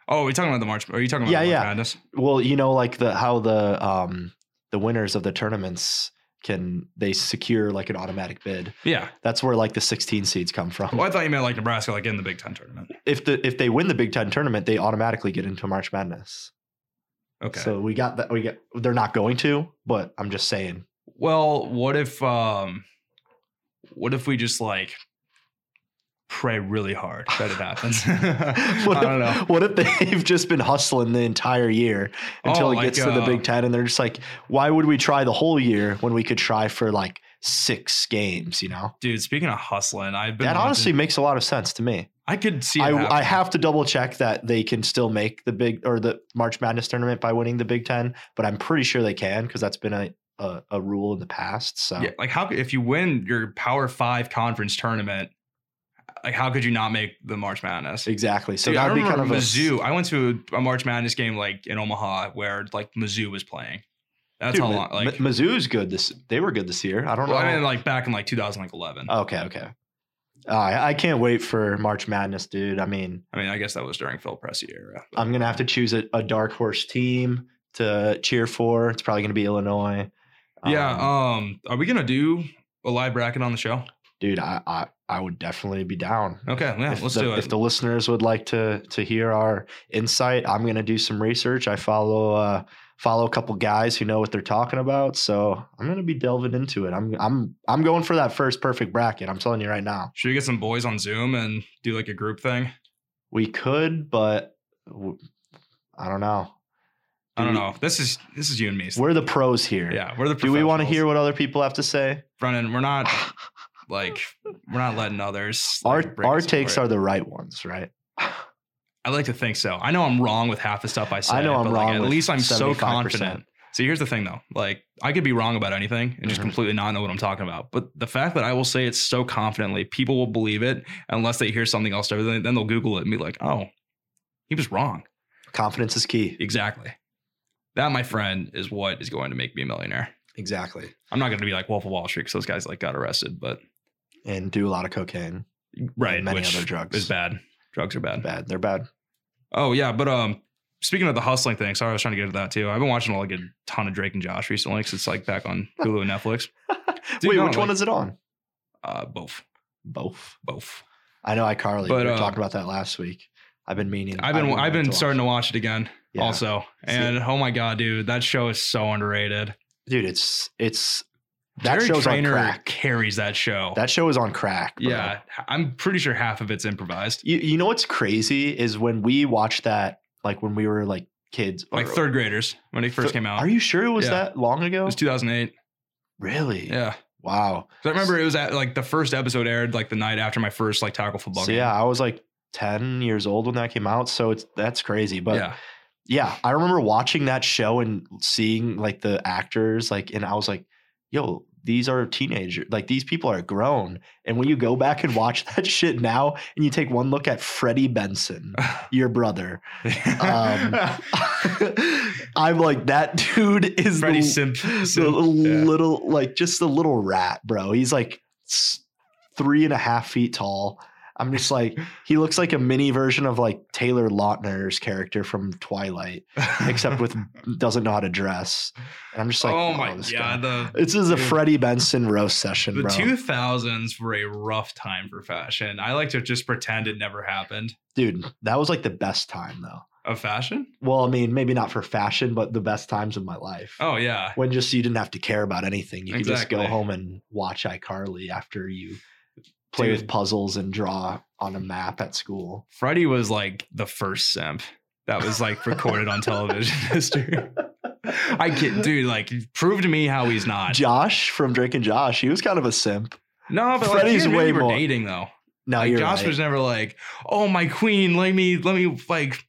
Oh, are you talking about the March? Are you talking about Yeah, the March yeah. Madness? Well, you know, like the how the um the winners of the tournaments can they secure like an automatic bid. Yeah. That's where like the 16 seeds come from. Well, I thought you meant like Nebraska, like in the Big Ten tournament. If the if they win the Big Ten tournament, they automatically get into March Madness. Okay. So we got that. We get they're not going to, but I'm just saying. Well, what if um what if we just like pray really hard that it happens? What I don't if, know. What if they've just been hustling the entire year until Oh, it like, gets to the uh, Big Ten, and they're just like, why would we try the whole year when we could try for like six games? You know, Dude, speaking of hustling, I've been that watching- honestly makes a lot of sense to me. I could see it I, I happening. have to double check that they can still make the big or the March Madness tournament by winning the Big Ten, but I'm pretty sure they can because that's been a, a a rule in the past. So Yeah, like how could- if you win your Power 5 conference tournament, like how could you not make the March Madness? exactly. So Dude, I that'd be remember kind of Mizzou. I went to a March Madness game like in Omaha where like Mizzou was playing. A, That's dude, how Mi- long. Like, Mi- Mizzou's good this. They were good this year. I don't well, know. I mean, like back in like 2011. okay, okay. Uh, I I can't wait for March Madness, dude. I mean, I mean, I guess that was during Phil Pressey era. but- I'm gonna have to choose a, a dark horse team to cheer for. It's probably gonna be Illinois. Yeah. Um, Um. Are we gonna do a live bracket on the show? dude, I, I I would definitely be down. Okay. Oh, Yeah. if let's the, do If it. the listeners would like to to hear our insight, I'm going to do some research. I follow uh, follow a couple guys who know what they're talking about, so I'm going to be delving into it. I'm I'm I'm going for that first perfect bracket. I'm telling you right now. Should we get some boys on Zoom and do like a group thing? We could, but w- I don't know. I Do don't we- know. This is this is you and me. We're the pros here. yeah. We're the. Do we want to professionals. hear what other people have to say? Brennan? We're not like we're not letting others. Our like, break our us takes apart. are the right ones, right? I like to think so. I know I'm wrong with half the stuff I say. know I'm but, like, wrong At with least I'm so 75%. confident. See, here's the thing though. Like, I could be wrong about anything and just Mhm. completely not know what I'm talking about. But the fact that I will say it so confidently, people will believe it unless they hear something else. Then then they'll Google it and be like, "Oh, he was wrong." Confidence is key. Exactly. That, my friend, is what is going to make me a millionaire. Exactly. I'm not going to be like Wolf of Wall Street because those guys like got arrested, but And do a lot of cocaine. right, many which other drugs. is bad. Drugs are bad. Bad. They're bad. Oh yeah, but um, speaking of the hustling thing, sorry, I was trying to get to that too. I've been watching like a ton of Drake and Josh recently because it's like back on Hulu and Netflix. Dude, Wait, no, which one like- is it on? Uh, both, Both. both. I know iCarly. But, we were uh, talking about that last week. I've been meaning. I've been I've been starting to watch it again Yeah. also, See- and oh my god, dude, that show is so underrated. Dude, it's it's that Jerry show's Traynor on crack. carries that show. That show is on crack. bro. yeah, I'm pretty sure half of it's improvised. You you know what's crazy is when we watched that, like when we were like kids, Like or- third graders when it first Oh, thir- came out. Are you sure it was Yeah. that long ago? it was 2008. really? Yeah. Wow. 'Cause I remember it was at like the first episode aired like the night after my first like tackle football So game. yeah, I was like ten years old when that came out. So it's that's crazy. But yeah. yeah, I remember watching that show and seeing like the actors, like, and I was like, yo, these are teenagers, like these people are grown. And when you go back and watch that shit now, and you take one look at Freddie Benson, your brother, Um, I'm like, that dude is Freddie the, Simp. the Simp. Yeah. little, like, just a little rat, bro. He's like s- three and a half feet tall. I'm just like, he looks like a mini version of like Taylor Lautner's character from Twilight. except with doesn't know how to dress. And I'm just like, oh my this guy- god, the This is a Dude. Freddie Benson roast session, the bro. two thousands were a rough time for fashion. I like to just pretend it never happened. Dude, that was like the best time though. Of fashion? Well, I mean, maybe not for fashion, but the best times of my life. Oh yeah. When just you didn't have to care about anything. You could just go Exactly. home and watch iCarly after you play with Dude. Mm. puzzles and draw on a map at school. Freddie was like the first simp that was like recorded on television history. I can't, dude. Like, prove to me how he's not. Josh from Drake and Josh, he was kind of a simp. No, but Freddie's Freddie's like, way way were more- dating though. No, like you're Josh right. was never like, "Oh my queen, let me let me like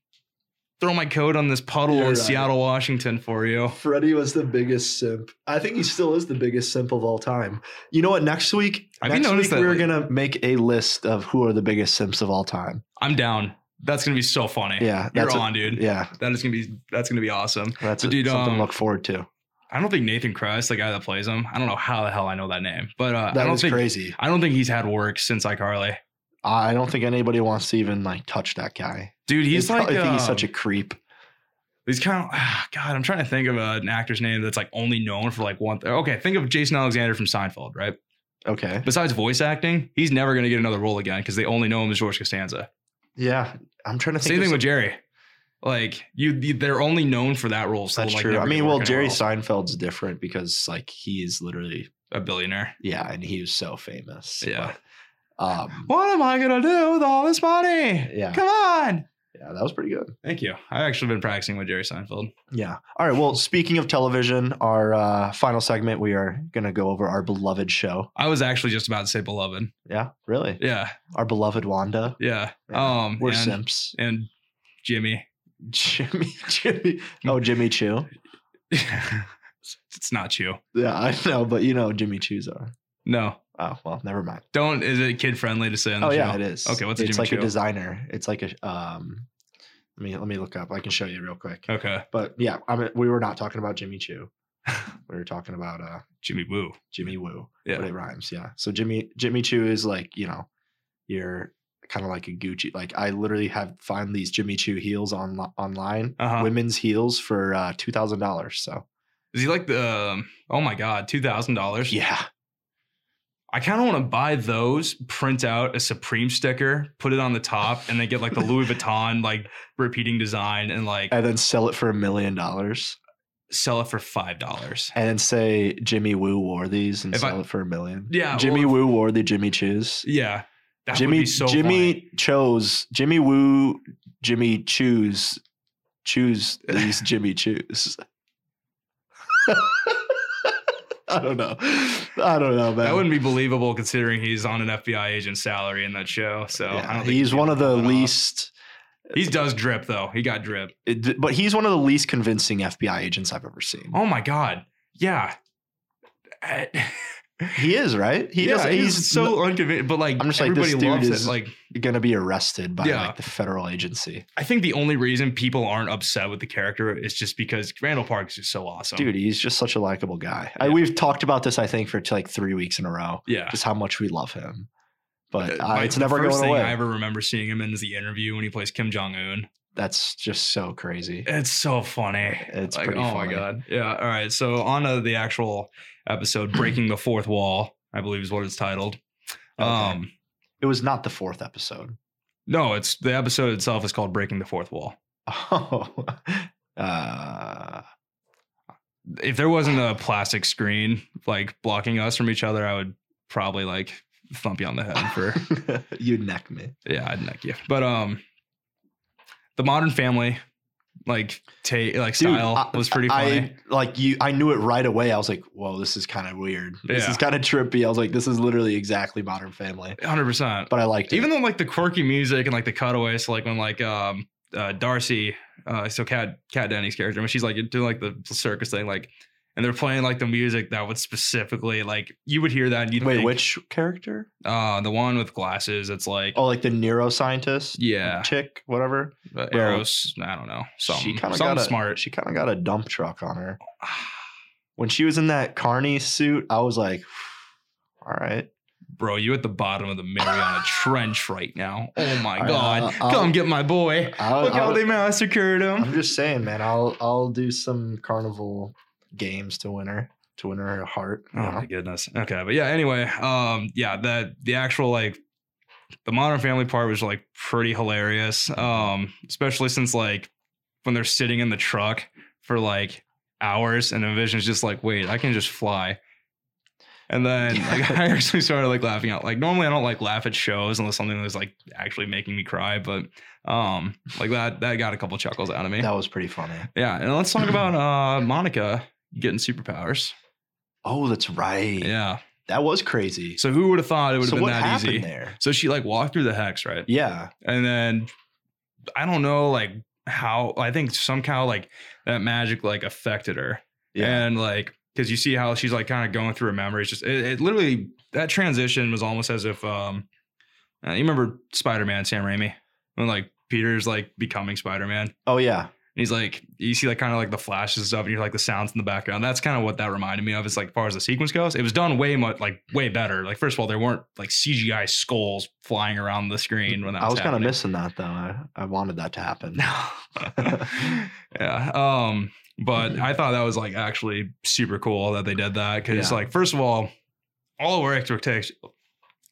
throw my coat on this puddle You're in right. Seattle, Washington for you." Freddie was the biggest simp. I think he still is the biggest simp of all time. You know what? Next week, Have you next noticed week that, we're like- gonna make a list of who are the biggest simps of all time. I'm down. That's gonna be so funny. Yeah, you're that's a- on, dude. Yeah, That is gonna be that's gonna be awesome. that's But a- dude, something um, to look forward to. I don't think Nathan Christ, the guy that plays him, I don't know how the hell I know that name, but uh, I That don't is think crazy. I don't think he's had work since iCarly. I don't think anybody wants to even like touch that guy. Dude, he's They like probably think he's um, such a creep. He's kind of ah, God. I'm trying to think of uh, an actor's name that's like only known for like one. Th- okay, think of Jason Alexander from Seinfeld, right? Okay. Besides voice acting, he's never going to get another role again because they only know him as George Costanza. Yeah, I'm trying to think. Same of thing some- with Jerry. Like you, you- they're only known for that role. So that's like, true. never I gonna mean, well, work in a Jerry role. Seinfeld's different because like he is literally a billionaire. yeah, and he was so famous. Yeah. but, um, What am I gonna do with all this money? Yeah. Come on. yeah, that was pretty good. Thank you. I actually been practicing with Jerry Seinfeld. Yeah. All right. Well, speaking of television, our uh, final segment, we are gonna go over our beloved show. I was actually just about to say beloved. Yeah, really, Yeah, our beloved Wanda. yeah. Yeah. Um, We're and, simps. and Jimmy. Jimmy, Jimmy. Oh, Jimmy Choo. it's not you. Yeah, I know, but you know who Jimmy Choo's are. No, Oh well, never mind. don't. Is it kid friendly to say on the Oh show? yeah, it is. Okay, what's a it's Jimmy like Choo? a designer. It's like a um. Let me let me look up. I can show you real quick. Okay, But yeah, I mean, we were not talking about Jimmy Choo. we were talking about uh Jimmy Woo. Jimmy Woo. Yeah. But it rhymes. Yeah. So Jimmy Jimmy Choo is like you know, you're kind of like a Gucci. Like I literally have find these Jimmy Choo heels on online, Uh-huh. women's heels for uh, two thousand dollars. So Is he like the? Um, oh my God, two thousand dollars. yeah, I kind of want to buy those, print out a Supreme sticker, put it on the top, and then get like the Louis Vuitton like repeating design and like and then sell it for a million dollars. sell it for five dollars. and then say Jimmy Woo wore these and If I- sell it for a million. Yeah, Jimmy well, Woo wore the Jimmy Choos. Yeah, that would Jimmy be so Jimmy funny. chose Jimmy Woo. Jimmy choose choose these Jimmy Choos. I don't know. I don't know, man. That wouldn't be believable considering he's on an FBI agent salary in that show. So Yeah, I don't think he's he'd be one of able to pull the that off. least. He does drip though. He got drip. it- but he's one of the least convincing FBI agents I've ever seen. Oh my god. Yeah. I- He is right. He yeah, does. he's, He's, so unconvinced, but like I'm just like, this everybody dude loves is- it. Like going to be arrested by Yeah. like the federal agency. I think the only reason people aren't upset with the character is just because Randall Park is just so awesome. Dude, he's just such a likable guy. I, Yeah. we've talked about this, I think, for t- like three weeks in a row, Yeah. just how much we love him. But Uh, uh, my- it's the never first going thing away. I ever remember seeing him in is the interview when he plays Kim Jong Un. That's just so crazy. It's so funny. It's like, pretty oh funny. my god. Yeah. All right. So on to the actual episode, breaking the fourth wall, I believe is what it's titled. Okay. Um, It was not the fourth episode. no, it's the episode itself is called "Breaking the Fourth Wall." Oh, uh, if there wasn't a plastic screen like blocking us from each other, I would probably like thump you on the head for you neck me. yeah, I'd neck you. But um, the Modern Family like take like Dude, style I- was pretty funny. I like you. I knew it right away. I was like, "Whoa, this is kind of weird. This Yeah. is kind of trippy." I was like, "This is literally exactly Modern Family," Hundred percent. but I liked it. Even though like the quirky music and like the cutaways, so, like when like um uh, Darcy, uh, so Cat Cat Denny's character when she's like doing like the circus thing, like. And they're playing like the music that would specifically like you would hear that and you'd Wait, think, which character? uh the one with glasses it's like Oh, like the neuroscientist yeah chick, whatever. Uh, Bro. Eros, I don't know. Something, she kind of something got a, smart. She kind of got a dump truck on her when she was in that carney suit. I was like, all right, Bro, you at the bottom of the Mariana Trench right now. Oh my I- God. I'll- Come get my boy. I'll, Look how I'll, they massacred I'm him. just saying, man. I'll I'll do some carnival games to win her to win her heart. you Oh my know? goodness. Okay. But yeah, anyway, um, yeah, that the actual like the modern family part was like pretty hilarious. Um, especially since like when they're sitting in the truck for like hours and the vision's just like, wait, I can just fly. And then like, I actually started like laughing out. Like normally I don't like laugh at shows unless something was like actually making me cry, but um like that that got a couple chuckles out of me. That was pretty funny. Yeah. And let's talk about uh Monica getting superpowers. Oh, that's right. Yeah. That was crazy. So who would have thought it would have So been what that happened easy? there? So she like walked through the hex, right? Yeah, And then I don't know like how I think somehow like that magic like affected her. yeah. And like because you see how she's like kind of going through her memories. Just it, it literally that transition was almost as if um uh, you remember Spider-Man, Sam Raimi? When like Peter's like becoming Spider-Man. Oh yeah. he's like, you see like kind of like the flashes and stuff, and you're like the sounds in the background. That's kind of what that reminded me of. As like far as the sequence goes, it was done way much like way better. Like first of all, there weren't like CGI skulls flying around the screen when that I was kind of happening. missing that though. I, I wanted that to happen. yeah. Um, but I thought that was like actually super cool that they did that because Yeah. like first of all, all of our expectations,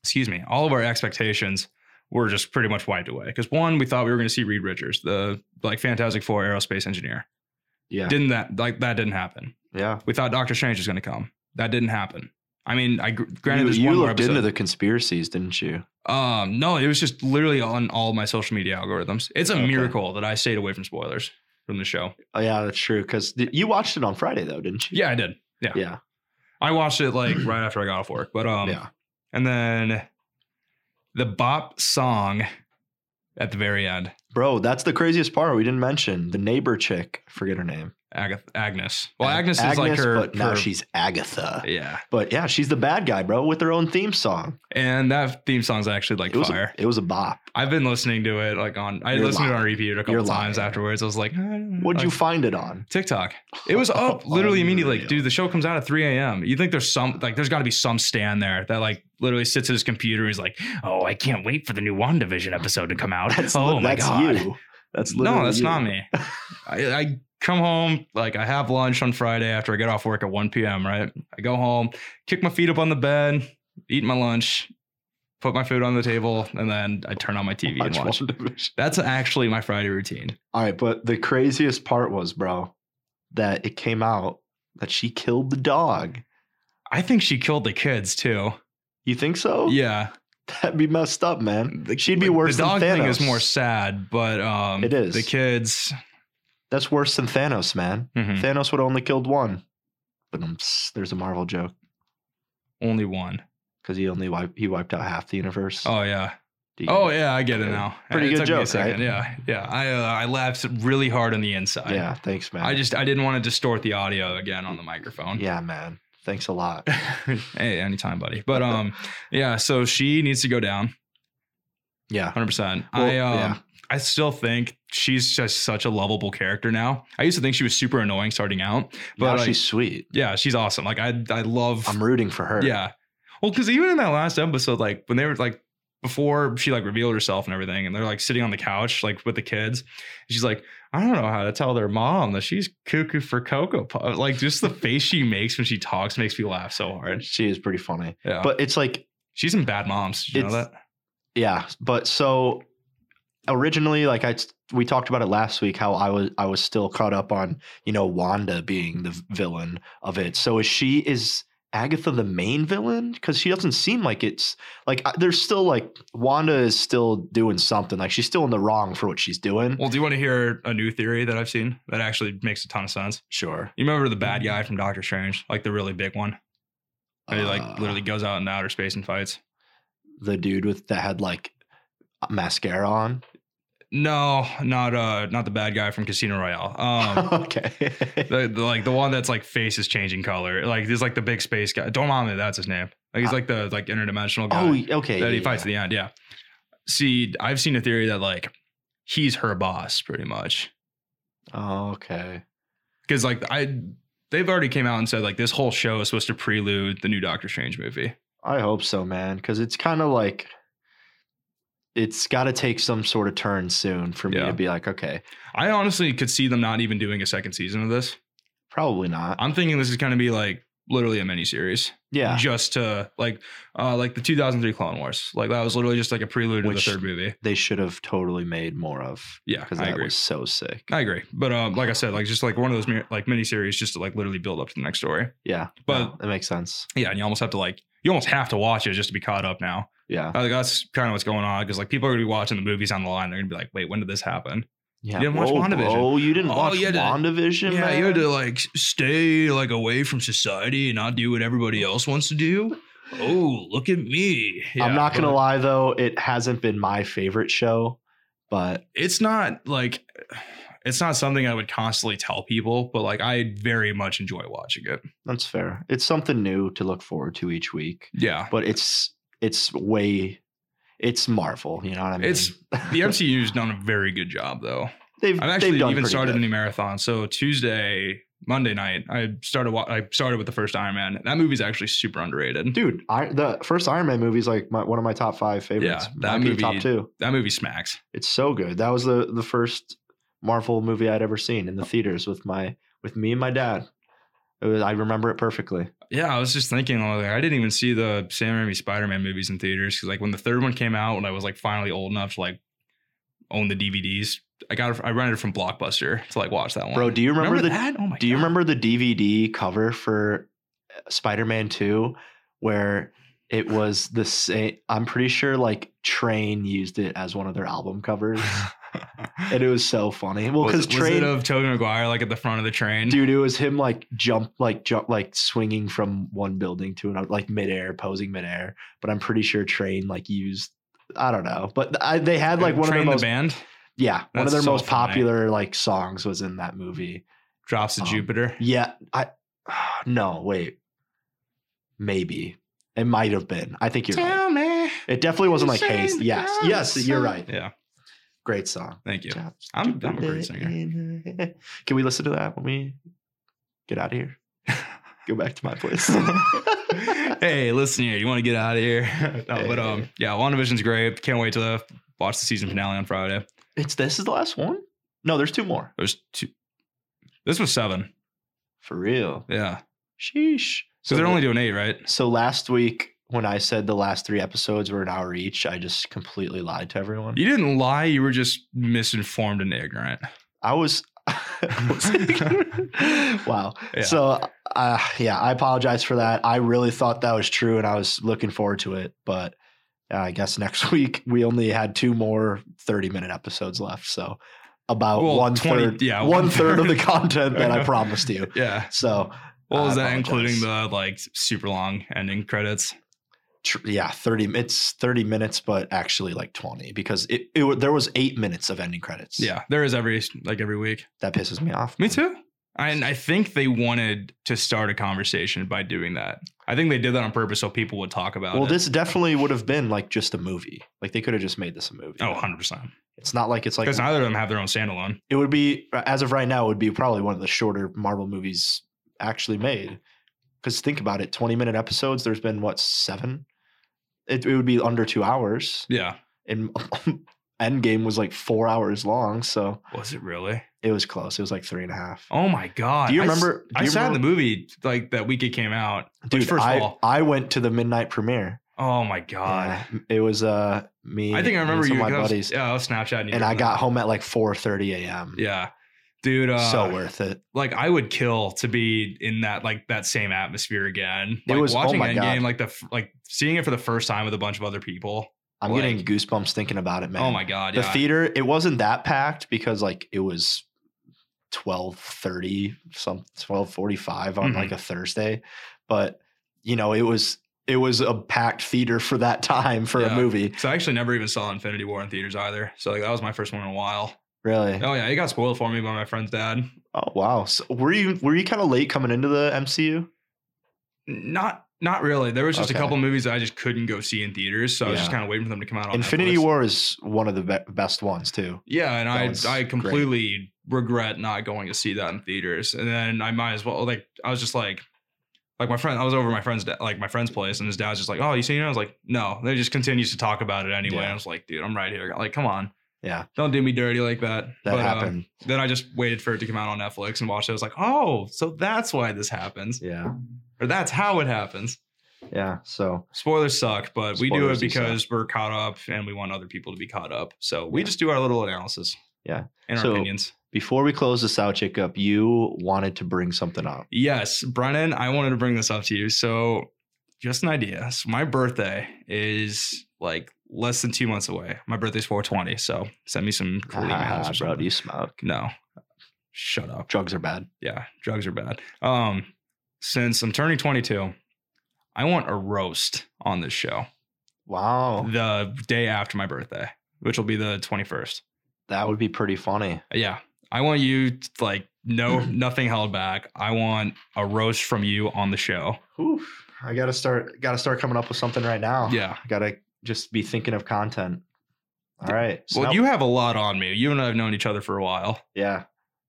excuse me, all of our expectations were just pretty much wiped away because one, we thought we were going to see Reed Richards, the like Fantastic Four aerospace engineer. yeah. Didn't that like that didn't happen? yeah. We thought Doctor Strange was going to come. That didn't happen. I mean, I gr- granted you there's you one more looked episode. into the conspiracies, didn't you? um, no, it was just literally on all my social media algorithms. It's a Okay. miracle that I stayed away from spoilers from the show. Oh, yeah, that's true. Because you watched it on Friday though, didn't you? Yeah, I did. Yeah. Yeah. I watched it like right after I got off work. But um yeah. and then the bop song at the very end, Bro, that's the craziest part we didn't mention. The neighbor chick, forget her name. Agath- Agnes. Well, Ag- Agnes, is like her, but now her- she's Agatha. yeah. But yeah, she's the bad guy, bro, with her own theme song. And that theme song's actually like It was a, fire. it was a bop. i I've been listening to it like on I You're listened to it on lying. repeat a couple You're times lying. afterwards. I was like, What'd would you find it on? TikTok. It was up literally immediately. Like, Unreal. dude, the show comes out at 3 a.m. You think there's some like there's got to be some stand there that like literally sits at his computer. He's like, oh, I can't wait for the new WandaVision episode to come out. That's, oh li- my that's god. you. That's literally No, that's you. not me. I, I come home like I have lunch on Friday after I get off work at 1 p.m. Right, I go home, kick my feet up on the bed, eat my lunch, put my food on the table, and then I turn on my TV and Watch watch. WandaVision. That's actually my Friday routine. All right, but the craziest part was, bro, that it came out that she killed the dog. I think she killed the kids too. You think so? Yeah, That'd be messed up, man. She'd be worse The dog than Thanos. thing is more sad, but um, It is. the kids. That's worse than Thanos, man. mhm, Thanos would have only killed one. But um, s- there's a Marvel joke Only one. because he only wiped, he wiped out half the universe. Oh yeah. Do you- Oh yeah, I get it Okay. now. Pretty It good took me a joke, second, right? Yeah, yeah. I uh, I laughed really hard on the inside. yeah. Thanks, man. I just I didn't want to distort the audio again on the microphone. yeah, man. Thanks a lot. hey, anytime, buddy. But um, yeah. So she needs to go down, Yeah. hundred percent. Well, I um, yeah. I still think she's just such a lovable character now. I used to think she was super annoying starting out, but Now like, she's sweet. yeah, she's awesome. Like I I love I'm rooting for her. yeah. Well, because even in that last episode, like when they were like before she like revealed herself and everything, and they're like sitting on the couch like with the kids, and she's like, I don't know how to tell their mom that she's cuckoo for cocoa. Puff." Like just the face she makes when she talks makes me laugh so hard. She is pretty funny. Yeah, but But it's like, she's in bad moms. Did you know It's- that? yeah. But so originally, like I we talked about it last week, how I was I was still caught up on, you know, Wanda being the villain of it. So is she is Agatha the main villain? Because she doesn't seem like it's like I- there's still like Wanda is still doing something. Like she's still in the wrong for what she's doing. Well, do you want to hear a new theory that I've seen that actually makes a ton of sense? sure. You remember the bad guy from Doctor Strange, like the really big one, who Uh, like literally goes out in outer space and fights. the dude with that had like mascara on. No, not uh, not the bad guy from Casino Royale. Um, okay. the, the like the one that's like face is changing color. Like there's like the big space guy. Dormammu, that's his name. Like he's like the like interdimensional guy Ah. oh, okay. that he yeah, fights yeah. at the end. Yeah. See, I've seen a theory that like he's her boss pretty much Oh, okay. because like I they've already came out and said like this whole show is supposed to prelude the new Doctor Strange movie. I hope so, man, because it's kind of like it's got to take some sort of turn soon for me Yeah. to be like, okay, I honestly could see them not even doing a second season of this. probably not. I'm thinking this is going to be like literally a miniseries, Yeah, just to like uh like the 2003 Clone Wars. Like that was literally just like a prelude Which- to the third movie. they should have totally made more of Yeah, because I that agree. was so sick. I agree, but um, like I said, like just like one of those mi- like miniseries, just to like literally build up to the next story. Yeah, But- no, that makes sense. Yeah, and you almost have to like you almost have to watch it just to be caught up now. Yeah, I think that's kind of what's going on because like people are gonna be watching the movies on the line. They're gonna be like, wait, when did this happen? yeah. didn't watch WandaVision. Oh, you didn't Oh, watch you had to- WandaVision. Yeah, you had man? to like s- stay like away from society and not do what everybody else wants to do. Oh, look at me! Yeah, I'm not gonna but lie though, it hasn't been my favorite show, but It's not like it's not something I would constantly tell people, but like I very much enjoy watching it. that's fair. It's something new to look forward to each week, Yeah, but it's it's way it's Marvel. You know what I mean? It's- the MCU's done a very good job though. They've, I've they've actually done even pretty started good. a new marathon. So Tuesday, Monday night, I started. wa- I started with the first Iron Man. That movie's actually super underrated. Dude, I, the first Iron Man movie is like my, one of my top five favorites. Yeah, Might that be movie- top two. That movie smacks. It's so good. That was the the first Marvel movie I'd ever seen Oh. in the theaters with my with me and my dad. It was, I remember it perfectly. Yeah, I was just thinking, like, I didn't even see the Sam Raimi Spider-Man movies in theaters because, like, when the third one came out, when I was like finally old enough to like own the DVDs, I got it, I rented it from Blockbuster to like watch that one. Bro, do you remember, the that? Oh my Do you God. remember the DVD cover for uh, Spider-Man 2 where it was the same I'm pretty sure like Train used it as one of their album covers and it was so funny. Well, Was- cuz was, it Train of Tobey Maguire like at the front of the train? dude it was him like jump like jump like swinging from one building to another like midair posing midair but i'm pretty sure train like used i don't know but I, they had like one train of their most the band yeah one That's of their so most funny. popular like songs was in that movie drops to Um, Jupiter. yeah i no wait maybe it might have been i think you're right me. it definitely wasn't like Sing haste yes the yes you're song. right Yeah, great song thank you. Jobs I'm- to I'm a great do singer. it. Can we listen to that when we get out of here? Go back to my place. hey, listen here. You want to get out of here? no, but um, Hey. yeah, WandaVision's great. Can't wait to uh, watch the season finale on Friday. it's this is the last one. No, there's two more. There's two. This was seven. For real. Yeah. Sheesh. So they're only doing eight, right? So last week when I said the last three episodes were an hour each, I just completely lied to everyone. You didn't lie. You were just misinformed and ignorant. I was. wow. Yeah. So, uh, yeah, I apologize for that. I really thought that was true and I was looking forward to it. But uh, I guess next week we only had two more 30 minute episodes left. So, about Well, one 20 third, yeah, one third of the one-third. content that I promised you. Yeah. So, Well, I is that apologize. including the like super long ending credits? tr- yeah, 30, it's 30 minutes, but actually like 20 because it, it wa- there was eight minutes of ending credits. Yeah, there is every like every week. That pisses me off. Me man. too. And I think they wanted to start a conversation by doing that. I think they did that on purpose so people would talk about Well, it. this definitely would have been like just a movie. Like they could have just made this a movie. oh, 100%. It's not like it's like Because neither of them have their own standalone. it would be as of right now it would be probably one of the shorter marvel movies actually made because think about it 20 minute episodes there's been what seven it, it would be under two hours Yeah. and endgame was like four hours long so Was it really? it was close it was like three and a half Oh my God. do you I s- remember I, do you saw remember, the movie like that week it came out. dude Dude, first I, of all, I went to the midnight premiere oh my God. Yeah, it was uh me I think I and remember some you. of 'cause my I was- buddies yeah, I was Snapchatting you. and i during got that. home at like 4:30 a.m Yeah. Dude, uh, so worth it like I would kill to be in that like that same atmosphere again. It Like was- oh watching my God. Endgame, like the f- like seeing it for the first time with a bunch of other people. i'm like- getting goosebumps thinking about it man Oh my god! the yeah. theater it wasn't that packed because like it was 12:30 some 12:45 on Mhm. like a Thursday but you know it was it was a packed theater for that time for a Yeah. movie So I actually never even saw Infinity War in theaters either. So like that was my first one in a while. really Oh yeah, it got spoiled for me by my friend's dad. oh wow so were you were you kind of late coming into the MCU Not not really. There was just Okay. a couple movies that I just couldn't go see in theaters, so I was just Yeah. kind of waiting for them to come out. on Infinity Netflix. War is one of the be- best ones too Yeah, and That I one's I great. completely regret not going to see that in theaters. And then I might as well like I was just like like my friend I was over at my friend's da- like my friend's place and his dad's just like, "Oh, you seen it?" I was like, "No." They just continues to talk about it anyway. Yeah. I was like, "Dude, I'm right here." Like, come on. Yeah. Don't do me dirty like that. that uh, happened then I just waited for it to come out on Netflix and watched it. I was like, "Oh, so that's why this happens." yeah Or that's how it happens. yeah so Spoilers suck, but we do Spoilers it do suck. because we're caught up and we want other people to be caught up. So we Yeah. just do our little analysis. Yeah. And our So- opinions. before we close this out Jacob you wanted to bring something up Yes, Brennan, I wanted to bring this up to you. So, just an idea. So, my birthday is like less than two months away. My birthday's 420. So, send me some cool emails. Ah, or bro do something. you smoke No, shut up. drugs are bad Yeah, drugs are bad. Um, since I'm turning 22, I want a roast on this show wow the day after my birthday, which will be the 21st. That would be pretty funny. Yeah. I want you to, like no nothing held back. I want a roast from you on the show. I gotta start gotta start coming up with something right now. Yeah. I gotta just be thinking of content. All right. So well, now- you have a lot on me. You and I have known each other for a while. yeah,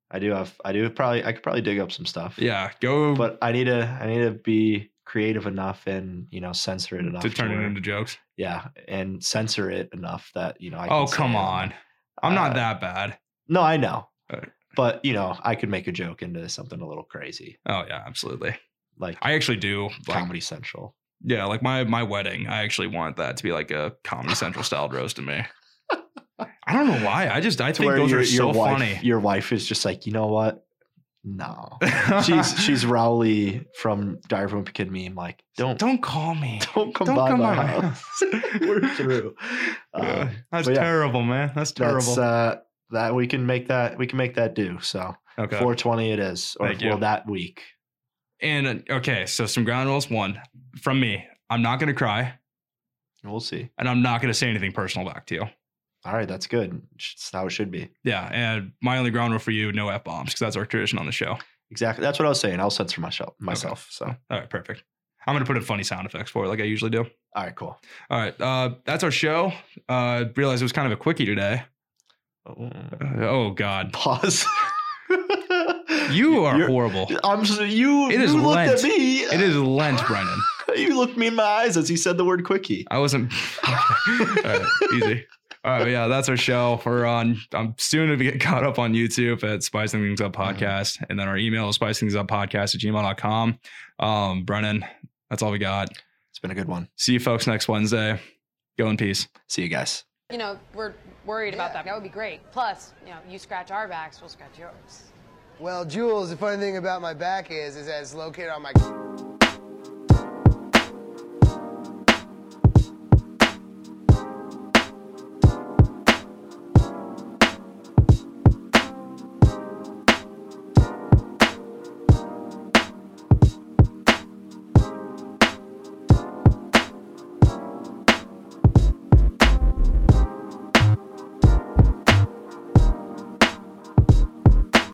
I do have. I do probably. I could probably dig up some stuff. Yeah, go But I need to. I need to be creative enough and you know censor it enough to turn it where- into jokes. yeah and censor it enough that you know. I Oh can say come it. on, I'm not Uh, that bad. No, I know. Alright. But you know, I could make a joke into something a little crazy, Oh yeah, absolutely. like I actually do. Like, Comedy Central. yeah, like my my wedding. I actually want that to be like a Comedy Central styled roast to me. I don't know why. I just I think those are so wife, funny. Your wife is just like, you know what? No, she's she's Rowley from Diary of a Wimpy Kid meme. Like, don't don't, don't call me. come Don't by come by my my house. We're through. Um, Yeah, that's but yeah. terrible, man. That's terrible. That's uh, that we can make that we can make that do. So okay. 420 it is, or Thank you. well that week. and uh, okay, so some ground rules. One from me. I'm not gonna cry, We'll see. and I'm not gonna say anything personal back to you. All right, that's good. That's how it should be. Yeah, and my only ground rule for you: no f bombs, because that's our tradition on the show. Exactly. That's what I was saying. I'll censor myself. Myself. So All right, perfect. I'm gonna put in funny sound effects for it, like I usually do. all right, cool. All right, uh, that's our show. Uh, realized it was kind of a quickie today. Uh, oh God, Pause. you are You're- horrible. I'm. s- You. It is you looked Lent. at me. It is Lent, Brennan. You looked me in my eyes as you said the word quickie. I wasn't. All right, easy. All right, yeah, that's our show. We're on. I'm soon to get caught up on YouTube at Spicing Things Up Podcast, and then our email is spicing things up podcast at gmail.com. Um, Brennan, that's all we got. It's been a good one. See you folks next Wednesday. Go in peace. See you guys. You know, we're worried about that. That would be great. Plus, you know, you scratch our backs, we'll scratch yours. Well, Jules, the funny thing about my back is, is that it's located on my.